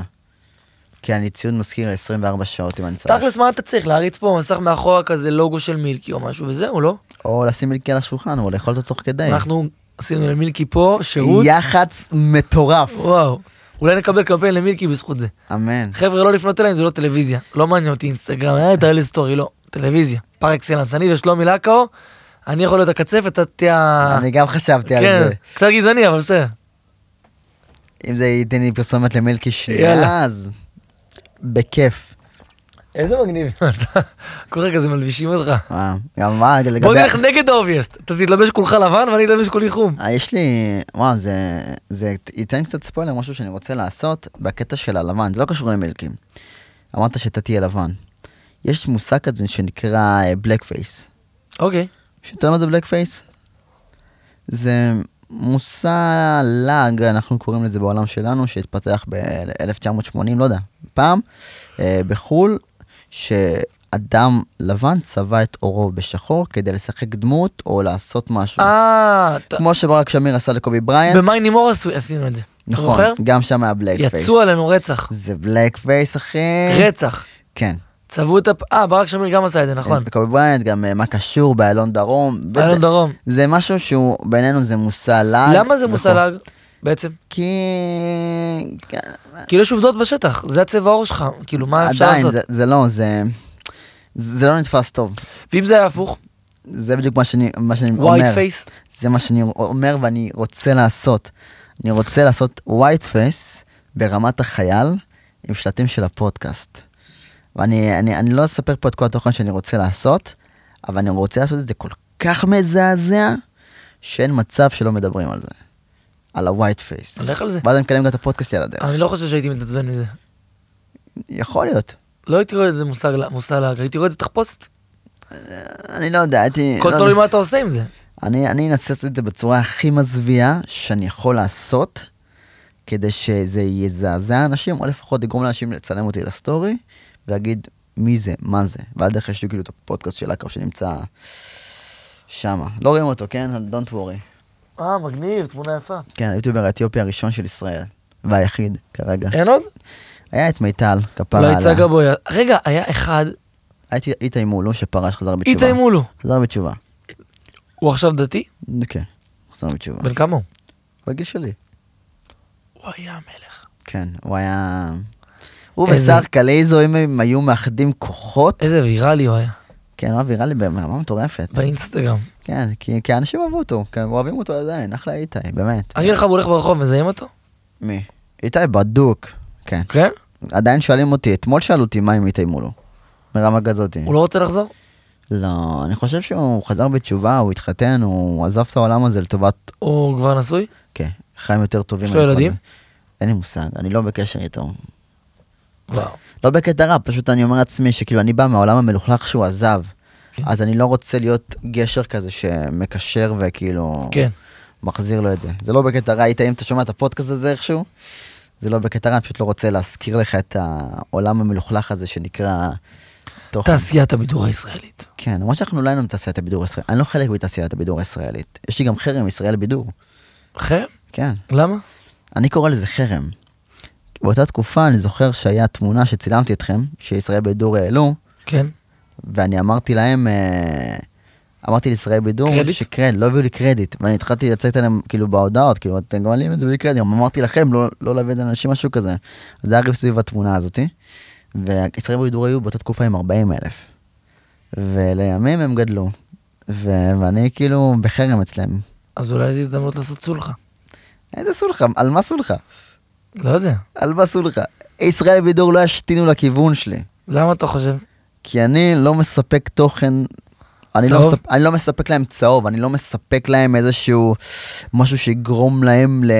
S1: כי אני ציוד מזכיר 24 שעות אם אני צריך.
S2: תכלס, מה אתה צריך? להריץ פה מסך מאחורה כזה לוגו של מילקי או משהו וזהו, לא?
S1: או לשים מילקי על השולחן, או לאכול אותו תוך כדי.
S2: אנחנו עשינו למילקי פה שירות,
S1: יח"צ מטורף.
S2: וואו. אולי נקבל קמפיין למילקי בזכות זה.
S1: אמן.
S2: חבר'ה, לא לפנות אליי אם זה לא טלוויזיה. לא מעניין אותי אינסטגרם, אה, תעלה סטורי, לא. טלוויזיה, פר אקסלנס. אני ושלומי לקו, אני יכול להיות הקצפת, אתה תהיה... ה-
S1: אני גם חשבתי על
S2: אה. כן,
S1: זה.
S2: קצת גזעני, אבל בסדר.
S1: אם זה ייתן לי פרסומת למילקי
S2: יאללה.
S1: שנייה, אז בכיף.
S2: איזה *laughs* מגניב. אתה- כולך כזה מלבישים אותך.
S1: אה, גם מה,
S2: בוא
S1: לגבי...
S2: נלך נגד האובייסט, אתה תתלבש כולך לבן ואני אתלבש כולי חום.
S1: אה, יש לי, וואו, זה, זה ייתן קצת ספוילר, משהו שאני רוצה לעשות בקטע של הלבן, זה לא קשור למילקים. אמרת שאתה תהיה לבן. יש מושג כזה שנקרא בלק פייס.
S2: אוקיי.
S1: שאתה יודע מה זה בלק פייס? זה מושא לעג, אנחנו קוראים לזה בעולם שלנו, שהתפתח ב-1980, לא יודע, פעם, אה, בחו"ל, שאדם לבן צבע את עורו בשחור כדי לשחק דמות או לעשות משהו.
S2: אה, אתה-
S1: כמו שברק שמיר עשה לקובי בריינט,
S2: במיינדי מור עשו- עשינו את זה. אתה
S1: כן. נכון,
S2: זוכר?
S1: גם שם היה בלק פייס.
S2: יצאו עלינו רצח.
S1: זה בלק פייס, אחי.
S2: רצח.
S1: כן.
S2: צבעו את הפ... אה, ברק שמיר גם עשה את זה, נכון.
S1: קובי בריינט, גם אה, מה קשור באלון דרום. וזה-
S2: אלון דרום.
S1: זה משהו שהוא, בעינינו זה מושא לעג.
S2: למה זה
S1: וכל-
S2: מושלג? בעצם.
S1: כי...
S2: כאילו יש עובדות בשטח, זה הצבע העור שלך, כאילו מה אפשר
S1: עדיין,
S2: לעשות?
S1: זה- זה לא, זה... זה לא נתפס טוב.
S2: ואם זה היה הפוך?
S1: זה בדיוק מה שאני מה שאני אומר.
S2: ווייט פייס?
S1: זה מה שאני אומר ואני רוצה לעשות. אני רוצה לעשות white face ברמת החייל עם שלטים של הפודקאסט. ואני אני, אני לא אספר פה את כל התוכן שאני רוצה לעשות, אבל אני רוצה לעשות את זה כל כך מזעזע, שאין מצב שלא מדברים על זה. על ה-white face.
S2: נלך על זה.
S1: ואז אני מקדם גם את הפודקאסט שלי על הדרך.
S2: אני לא חושב שהייתי מתעצבן מזה.
S1: יכול להיות.
S2: לא הייתי רואה את זה מושלג, הייתי רואה את זה תחפושת.
S1: אני לא יודע, הייתי...
S2: הכל
S1: כן, לא
S2: תלוי
S1: יודע.
S2: מה אתה עושה עם זה.
S1: אני, אני אנסה לעשות את זה בצורה הכי מזוויעה שאני יכול לעשות, כדי שזה יזעזע אנשים, או לפחות יגרום לאנשים לצלם אותי לסטורי, ולהגיד מי זה, מה זה. ועל דרך יש לי כאילו את הפודקאסט של אקו שנמצא שמה. לא רואים אותו, כן? Don't worry.
S2: אה, מגניב, תמונה יפה.
S1: כן, היוטיובר האתיופי הראשון של ישראל, והיחיד כרגע.
S2: אין עוד?
S1: היה את מיטל, כפרה
S2: אה. אולי
S1: עליה.
S2: לא יצא גבויה. רגע, היה אחד,
S1: הייתי איתי מולו שפרש, חזר בתשובה.
S2: התאיימו לו.
S1: חזר בתשובה.
S2: הוא עכשיו דתי?
S1: כן, חזר בתשובה.
S2: בן כמה הוא?
S1: בגיל שלי.
S2: הוא היה המלך.
S1: כן, הוא היה... הוא
S2: איזה-
S1: ושר קלייזו, אם הם היו מאחדים כוחות,
S2: איזה ויראלי הוא היה.
S1: כן, הוא היה ויראלי ברמה מטורפת.
S2: באינסטגרם.
S1: כן, כי, כי האנשים אהבו אותו, כי הם אוהבים אותו עדיין, אחלה איתי, באמת.
S2: אני אגיד לך, הוא הולך ברחוב, מזהים אותו?
S1: מי? איתי בדוק. כן.
S2: כן?
S1: עדיין שואלים אותי, אתמול שאלו אותי מה עם איתי מולו. מרמה כזאתי.
S2: הוא לא רוצה לחזור?
S1: לא, אני חושב שהוא חזר בתשובה, הוא התחתן, הוא עזב את העולם הזה לטובת...
S2: הוא כבר נשוי?
S1: כן, חיים יותר טובים.
S2: יש לו
S1: אני
S2: ילדים?
S1: חושב. אין לי מושג, אני לא בקשר איתו.
S2: וואו.
S1: לא בקטע רע, פשוט אני אומר לעצמי שכאילו אני בא מהעולם המלוכלך שהוא עזב.
S2: כן.
S1: אז אני לא רוצה להיות גשר כזה שמקשר וכאילו...
S2: כן.
S1: מחזיר לו את זה. זה לא בקטע רע, היית אם אתה שומע את הפודקאסט הזה איכשהו, זה לא בקטע רע, אני פשוט לא רוצה להזכיר לך את העולם המלוכלך הזה שנקרא... תוכן.
S2: תעשיית הבידור הישראלית.
S1: כן, למרות שאנחנו לא היינו מתעשיית הבידור הישראלית, אני לא חלק מתעשיית הבידור הישראלית. יש לי גם חרם ישראל בידור,
S2: חרם?
S1: כן.
S2: למה?
S1: אני קורא לזה חרם. באותה תקופה אני זוכר שהיה תמונה שצילמתי אתכם, שישראל בידור העלו,
S2: כן.
S1: ואני אמרתי להם, אה, אמרתי לישראל בידור,
S2: קרדיט?
S1: שקרדיט, לא הביאו לי קרדיט, ואני התחלתי לצאת עליהם כאילו בהודעות, כאילו אתם גם מעלים את זה בלי קרדיט, גם אמרתי לכם לא, לא להביא את האנשים משהו כזה. אז זה היה ריב סביב התמונה הזאתי, וישראל בידור היו באותה תקופה עם 40 אלף, ולימים הם גדלו, ו- ואני כאילו בחרם אצלם.
S2: אז אולי זו הזדמנות לעשות סולחה.
S1: איזה סולחה, על מה סולחה?
S2: לא יודע.
S1: על מה סולחה? ישראל בידור לא ישתינו לכיוון שלי.
S2: למה אתה חושב?
S1: כי אני לא מספק תוכן, אני לא,
S2: צהוב?
S1: מספק, אני לא מספק להם צהוב, אני לא מספק להם איזשהו משהו שיגרום להם ל...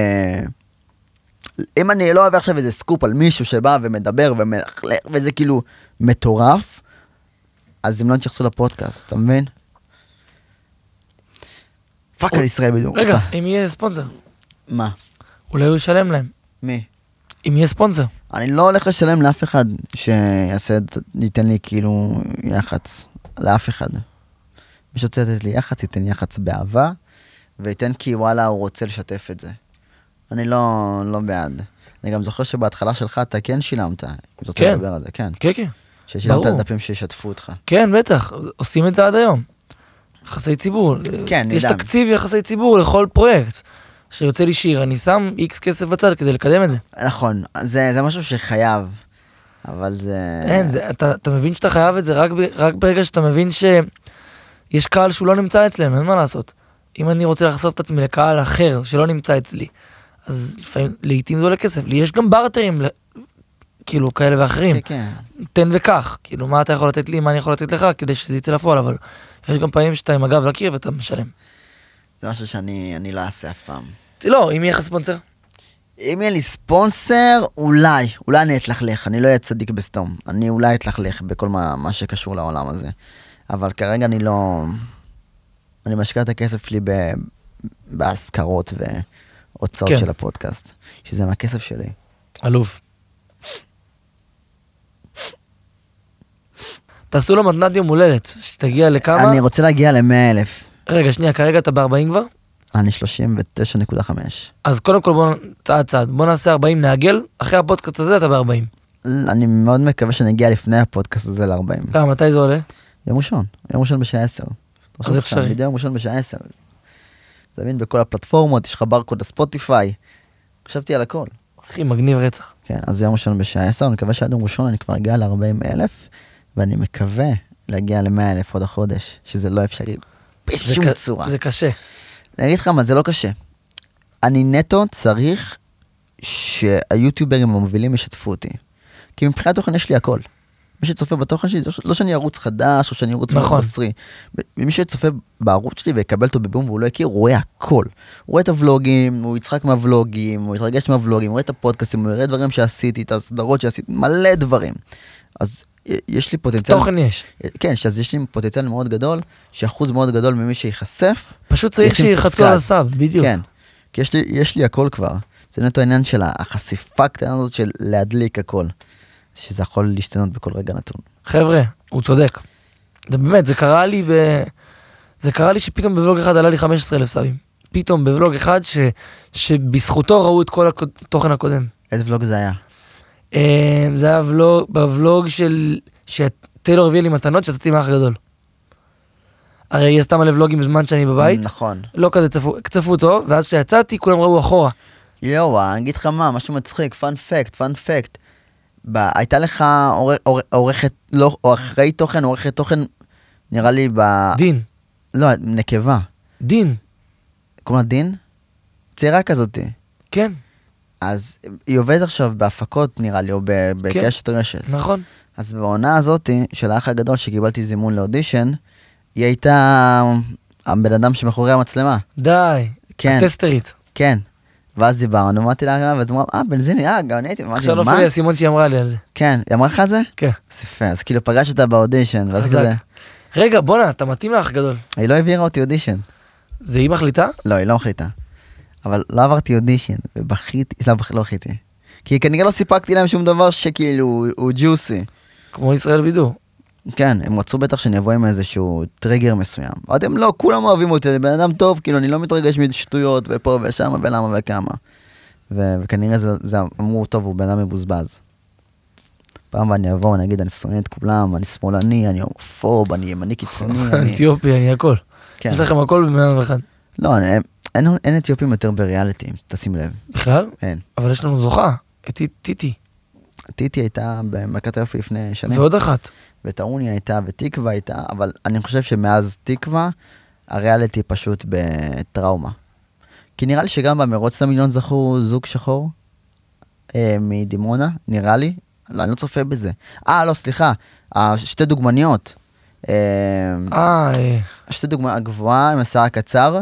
S1: אם אני לא אוהב עכשיו איזה סקופ על מישהו שבא ומדבר ומלכלך וזה כאילו מטורף, אז הם לא יתייחסו לפודקאסט, אתה מבין? פאק על ישראל בדיוק.
S2: רגע, אם יהיה ספונסר,
S1: מה?
S2: אולי הוא ישלם להם.
S1: מי?
S2: אם יהיה ספונסר.
S1: אני לא הולך לשלם לאף אחד שיעשה, את- ייתן לי כאילו יח"צ, לאף אחד. מי שרוצה לתת לי יח"צ, ייתן יח"צ באהבה, וייתן כי וואלה, הוא רוצה לשתף את זה. אני לא, לא בעד. אני גם זוכר שבהתחלה שלך אתה כן שילמת, אם אתה רוצה
S2: כן.
S1: לדבר על זה, כן.
S2: כן, כן.
S1: ששילמת
S2: ברור.
S1: על דפים שישתפו אותך.
S2: כן, בטח. עושים את זה עד היום. יחסי ציבור.
S1: כן,
S2: יש
S1: נדהם.
S2: תקציב יחסי ציבור לכל פרויקט. כשיוצא לי שיר, אני שם איקס כסף בצד כדי לקדם את זה.
S1: נכון, זה, זה משהו שחייב, אבל זה...
S2: אין, זה, אתה, אתה מבין שאתה חייב את זה רק, ב- רק ברגע שאתה מבין שיש קהל שהוא לא נמצא אצלם, אין מה לעשות. אם אני רוצה לחשוף את עצמי לקהל אחר שלא נמצא אצלי, אז לפעמים, לעיתים זה עולה כסף. לי יש גם בארטרים, ל- כאילו, כאלה ואחרים.
S1: כן, כן.
S2: תן וקח, כאילו, מה אתה יכול לתת לי, מה אני יכול לתת לך, כדי שזה יצא לפועל, אבל יש גם פעמים שאתה עם הגב לקיר ואתה משלם.
S1: זה משהו שאני אני לא אעשה אף פעם.
S2: לא, אם יהיה לך ספונסר.
S1: אם יהיה לי ספונסר, אולי, אולי אני אתלכלך, אני לא אהיה צדיק בסתום. אני אולי אתלכלך בכל מה, מה שקשור לעולם הזה. אבל כרגע אני לא... אני משקיע את הכסף שלי ב... בהשכרות והוצאות
S2: כן.
S1: כן. של הפודקאסט, שזה מהכסף שלי.
S2: אלוף. תעשו לו מתנת יום הולדת, שתגיע לכמה?
S1: אני רוצה להגיע ל-100 אלף.
S2: רגע, שנייה, כרגע אתה ב-40 כבר?
S1: אני 39.5.
S2: אז קודם כל בוא, נ- צעד צעד, בוא נעשה 40 נעגל, אחרי הפודקאסט הזה אתה ב-40.
S1: Mm. אני מאוד מקווה שאני אגיע לפני הפודקאסט הזה ל-40.
S2: למה, מתי זה עולה?
S1: יום ראשון, יום ראשון בשעה 10.
S2: אז אפשרי.
S1: מדי יום ראשון בשעה 10. זמין בכל הפלטפורמות, יש לך ברקוד לספוטיפיי. חשבתי על הכל.
S2: אחי, מגניב רצח.
S1: כן, אז יום ראשון בשעה 10, אני מקווה שעד יום ראשון אני כבר אגיע ל-40 אלף, ואני מקווה להגיע ל-100 אלף עוד החודש, שזה לא אפשרי
S2: זה
S1: בשום
S2: ק-
S1: צורה.
S2: זה קשה.
S1: אני אגיד לך מה, זה לא קשה. אני נטו צריך שהיוטיוברים המובילים ישתפו אותי. כי מבחינת תוכן יש לי הכל. מי שצופה בתוכן שלי, לא שאני ערוץ חדש או שאני ערוץ
S2: נכון.
S1: נכון. מוסרי. מי שצופה בערוץ שלי ויקבל אותו בבום והוא לא יכיר, הוא רואה הכל. הוא רואה את הוולוגים, הוא יצחק מהוולוגים, הוא יתרגש מהוולוגים, הוא רואה את הפודקאסטים, הוא יראה דברים שעשיתי, את הסדרות שעשיתי, מלא דברים. אז יש לי פוטנציאל,
S2: תוכן יש.
S1: כן, אז יש לי פוטנציאל מאוד גדול, שאחוז מאוד גדול ממי שייחשף,
S2: פשוט צריך
S1: ישים
S2: שילחצו
S1: סאבסקרייב.
S2: על הסאב, בדיוק.
S1: כן, כי יש לי, יש לי הכל כבר. זה נטו העניין של החשיפה הקטנה הזאת של להדליק הכל. שזה יכול להשתנות בכל רגע נתון.
S2: חבר'ה, הוא צודק. זה באמת, זה קרה לי ב... זה קרה לי שפתאום בוולוג אחד עלה לי 15,000 סאבים. פתאום בוולוג אחד ש... שבזכותו ראו את כל התוכן הקודם.
S1: איזה ולוג זה היה?
S2: אה, זה היה ולוג, בוולוג של... שטיילור הביא לי מתנות, שתתי מאח גדול. הרי היא עשתה מלא ולוגים בזמן שאני בבית.
S1: נכון.
S2: לא כזה צפו, צפו טוב, ואז כשיצאתי כולם ראו אחורה.
S1: יואו, אני אגיד לך מה, משהו מצחיק, פאנפקט, פאנפקט. הייתה לך עור- עור- עורכת, לא, או אחראי תוכן, עורכת תוכן, נראה לי ב...
S2: דין,
S1: לא, נקבה.
S2: דין,
S1: קוראים לה דין? צעירה כזאתי.
S2: כן,
S1: אז היא עובדת עכשיו בהפקות, נראה לי, או ב- בקשת רשת.
S2: כן. נכון.
S1: אז בעונה הזאתי, של האח הגדול, שקיבלתי זימון לאודישן, היא הייתה אה, הבן אדם שמאחורי המצלמה.
S2: די,
S1: כן,
S2: הטסטרית.
S1: כן. ואז דיברנו, אמרתי לה, ואז אמרה, אה, בנזיני, אה, גם אני הייתי, אמרתי,
S2: עכשיו לא נופל
S1: מה?
S2: לי האסימון שהיא אמרה לי על זה.
S1: כן, היא אמרה לך את זה?
S2: כן.
S1: אז יפה, אז כאילו פגש אותה באודישן, ואז
S2: חזק.
S1: כזה,
S2: רגע, בואנה, אתה מתאים לאח גדול.
S1: היא לא העבירה אותי אודישן.
S2: זה היא מחליטה?
S1: לא, היא לא מחליטה. אבל לא עברתי אודישן, ובכיתי, לא, בח- לא בכיתי. כי כנראה לא סיפקתי להם שום דבר שכאילו הוא- הוא ג'וסי.
S2: כמו ישראל בידור.
S1: כן, הם רצו בטח שאני אבוא עם איזשהו טריגר מסוים. אמרתי להם, לא, כולם אוהבים אותי, אני בן אדם טוב, כאילו, אני לא מתרגש משטויות, ופה ושם, ולמה וכמה. ו- וכנראה זה, זה אמרו, טוב, הוא בן אדם מבוזבז. פעם ואני אבוא, אני אגיד, אני שונא את כולם, אני שמאלני, אני הומופוב, אני ימני
S2: *laughs*
S1: קיצוני, אני...
S2: אתיופי, אני הכל.
S1: כן.
S2: יש לכם הכל בבן אדם אחד.
S1: לא, אני- אין, אין אתיופים יותר בריאליטי, אם תשים לב.
S2: בכלל?
S1: אין.
S2: אבל יש לנו זוכה, את טי- טיטי.
S1: כן. טיטי הייתה במלכת היופי לפני שנים,
S2: ועוד אחת.
S1: וטעוני הייתה, ותקווה הייתה, אבל אני חושב שמאז תקווה, הריאליטי פשוט בטראומה. כי נראה לי שגם במרוץ למיליון זכו זוג שחור אה, מדימונה, נראה לי. לא, אני לא צופה בזה. אה, לא, סליחה, אה, שתי דוגמניות. אה,
S2: אה, אה,
S1: שתי דוגמניות, הגבוהה עם השיער הקצר,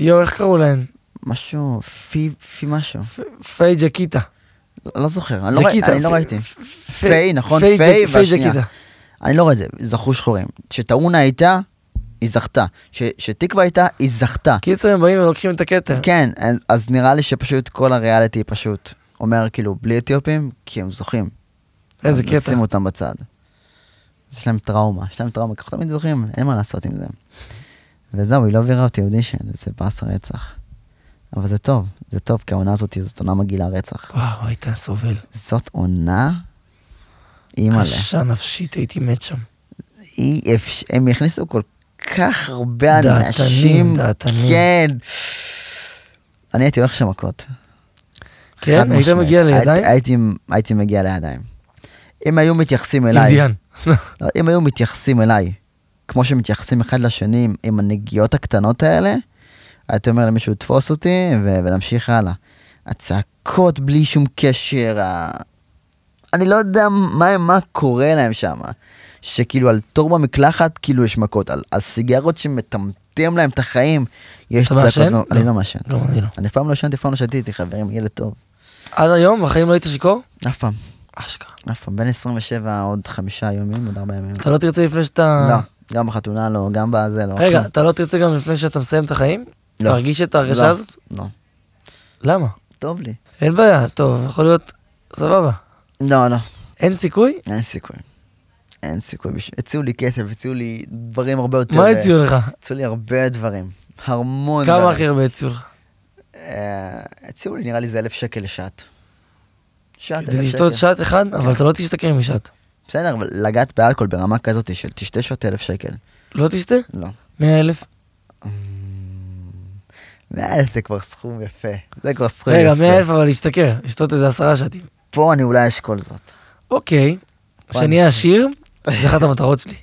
S2: יואו, איך קראו להן?
S1: משהו, פי, פי משהו.
S2: פ- פיי ג'קיטה.
S1: לא, לא זוכר, אני לא, ראי,
S2: ג'קיטה,
S1: אני לא
S2: פ-
S1: ראיתי.
S2: פ-
S1: פיי, נכון?
S2: פיי
S1: פיי
S2: ג'ק- פיי
S1: והשנייה.
S2: ג'קיטה.
S1: אני לא רואה את זה, זכו שחורים. שטעונה הייתה, היא זכתה. ש- שתקווה הייתה, היא זכתה.
S2: קיצר, הם באים ולוקחים את הכתר.
S1: כן, אז, אז נראה לי שפשוט כל הריאליטי פשוט אומר כאילו בלי אתיופים, כי הם זוכים.
S2: איזה
S1: אז
S2: קטע.
S1: נשים אותם בצד. יש להם טראומה, יש להם טראומה, ככה תמיד זוכים, אין מה לעשות עם זה. וזהו, היא לא העבירה אותי אודישן, זה באס רצח. אבל זה טוב, זה טוב, כי העונה הזאת, זאת עונה מגעילה רצח.
S2: וואו, היית סובל.
S1: זאת עונה, אימא'לה.
S2: קשה נפשית, הייתי מת שם.
S1: אי אפשר, הם הכניסו כל כך הרבה
S2: דעתנים,
S1: אנשים.
S2: דעתנים.
S1: כן. אני הייתי הולך שם מכות. חד
S2: כן? היית
S1: משמעית. אה,
S2: מגיע לידיים?
S1: הייתי- הייתי, הייתי מגיע לידיים. אם היו מתייחסים אליי,
S2: אינדיאן. *laughs*
S1: לא, אם היו מתייחסים אליי, כמו שמתייחסים אחד לשני עם- עם הנגיעות הקטנות האלה, הייתי אומר למישהו, תפוס אותי ו- ונמשיך הלאה. הצעקות בלי שום קשר, ה... אני לא יודע מה, מה קורה להם שם. שכאילו על תור במקלחת, כאילו יש מכות, על, על סיגרות שמטמטם להם את החיים, יש
S2: אתה
S1: צעקות.
S2: מעשן?
S1: ו- אני
S2: לא.
S1: לא מעשן.
S2: לא, אני לא.
S1: אני אף פעם לא ישנתי, אף פעם לא שתיתי, חברים, ילד טוב.
S2: עד היום, בחיים לא היית שיכור?
S1: אף פעם,
S2: אשכרה.
S1: אף פעם. בן 27 עוד חמישה יומים, עוד ארבעה ימים.
S2: אתה לא תרצה לפני שאתה...
S1: לא, גם בחתונה לא, גם בזה לא.
S2: רגע,
S1: כלום.
S2: אתה לא תרצה גם לפני שאתה מסיים את החיים?
S1: לא.
S2: תרגיש את ההרגשה
S1: לא,
S2: הזאת?
S1: לא.
S2: למה?
S1: טוב לי.
S2: אין בעיה, טוב, יכול להיות, סבבה.
S1: לא, לא.
S2: אין סיכוי?
S1: אין סיכוי. אין סיכוי. בש- הציעו לי כסף, הציעו לי דברים הרבה יותר...
S2: מה
S1: אה,
S2: הציעו לך?
S1: הציעו לי הרבה דברים. המון דברים.
S2: כמה הכי הרבה הציעו לך?
S1: אה, הציעו לי, נראה לי זה אלף שקל לשעת. שעת,
S2: כדי
S1: אלף
S2: לשתות
S1: שקל.
S2: שעת אחד, אבל אתה לא תשתכר משעת.
S1: בסדר, אבל לגעת באלכוהול ברמה כזאת של תשתה שעות אלף שקל.
S2: לא תשתה?
S1: לא. אה,
S2: 100 אלף?
S1: מאה אלף זה כבר סכום יפה. זה כבר סכום יפה.
S2: רגע, 100 אלף אבל להשתכר, לשתות איזה עשרה שעתים.
S1: פה אני אולי אשקול זאת.
S2: אוקיי, כשאני
S1: *laughs*
S2: אהיה עשיר, זה אחת המטרות שלי.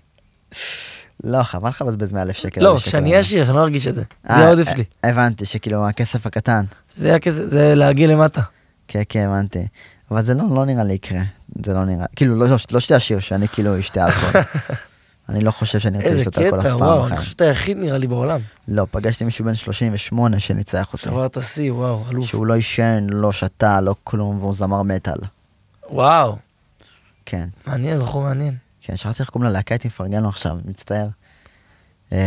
S1: לא, חבל לך לבזבז מאה אלף שקל.
S2: לא,
S1: על השקל
S2: כשאני
S1: הזה.
S2: אהיה עשיר, שאני לא ארגיש את זה. זה
S1: אה,
S2: העודף
S1: אה,
S2: שלי.
S1: הבנתי, שכאילו הכסף הקטן.
S2: זה הכסף, זה להגיע למטה.
S1: כן, כן, הבנתי. אבל זה לא, לא נראה לי יקרה. זה לא נראה, כאילו, לא, לא שאתה עשיר, שאני כאילו אשתה
S2: *laughs*
S1: אלכוהול. אני לא חושב שאני רוצה
S2: איזה
S1: לשתות אלכוהול אף
S2: קטע,
S1: פעם
S2: וואו, אני
S1: בחיים.
S2: פשוט היחיד נראה לי בעולם.
S1: לא, פגשתי מישהו בן 38 שניצח אותי.
S2: שבר את השיא, וואו, אלוף.
S1: שהוא לא עישן, לא שתה, לא כלום, והוא זמר מטאל.
S2: וואו,
S1: כן,
S2: מעניין, בחור מעניין.
S1: כן, שכחתי איך קוראים ללהקה, הייתי מפרגן לו עכשיו, מצטער. אמ,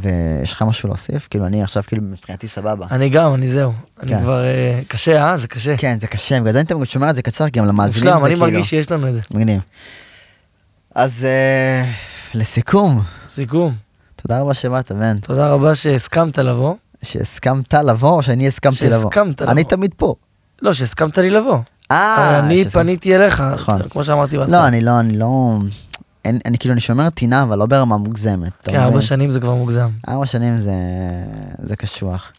S1: ויש לך משהו להוסיף? כאילו, אני עכשיו כאילו מבחינתי סבבה.
S2: אני גם, אני זהו. אני
S1: כן.
S2: כבר... אה, קשה, אה? זה קשה.
S1: כן, זה קשה, בגלל זה אני תמיד שומע את זה קצר, כי גם למאזינים זה
S2: מושלם,
S1: כאילו...
S2: אני מרגיש שיש לנו את זה.
S1: מגניב. אז אה, לסיכום,
S2: סיכום,
S1: תודה רבה שבאת, בן.
S2: תודה רבה שהסכמת לבוא.
S1: שהסכמת לבוא או שאני הסכמתי לבוא?
S2: שהסכמת לבוא.
S1: אני תמיד פה.
S2: לא, שהסכמת לי לבוא.
S1: אה,
S2: הרי אני
S1: שהסכמת.
S2: פניתי אליך,
S1: נכון.
S2: כמו שאמרתי
S1: לא, אני לא, אני לא... אין- אני כאילו, אני שומר טינה, אבל לא ברמה מוגזמת. אתה
S2: כן,
S1: מבין?
S2: ארבע שנים זה כבר מוגזם.
S1: ארבע שנים זה- זה קשוח.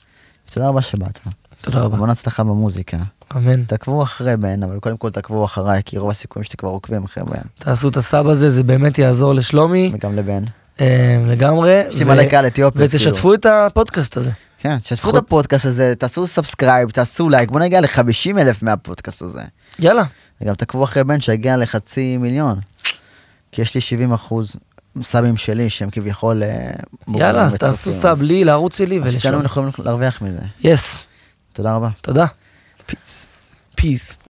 S1: תודה רבה שבאת.
S2: תודה רבה.
S1: המון הצלחה במוזיקה.
S2: אמן.
S1: תעקבו אחרי בהן, אבל קודם כל תעקבו אחריי, כי רוב הסיכויים שאתם כבר עוקבים אחרי בהן,
S2: תעשו את הסאב הזה, זה באמת יעזור לשלומי
S1: וגם לבהן.
S2: אה, לגמרי.
S1: יש לי
S2: ו-
S1: מלא קהל כאילו. אתיופי,
S2: ותשתפו את הפודקאסט הזה.
S1: כן, תשתפו את הפודקאסט הזה, תעשו סאבסקרייב, תעשו לייק, בוא נגיע ל-50 אלף מהפודקאסט הזה.
S2: יאללה,
S1: וגם תעקבו אחרי בן שהגיע לחצי מיליון. כי יש לי 70 אחוז סאבים שלי שהם כביכול... אה, מורים
S2: יאללה, אז
S1: וצופים,
S2: תעשו סאב לי, לערוץ שלי
S1: אז שתינו
S2: ולשלום.
S1: יכולים להרוויח מזה.
S2: יס,
S1: תודה רבה.
S2: תודה.
S1: פיס.
S2: פיס.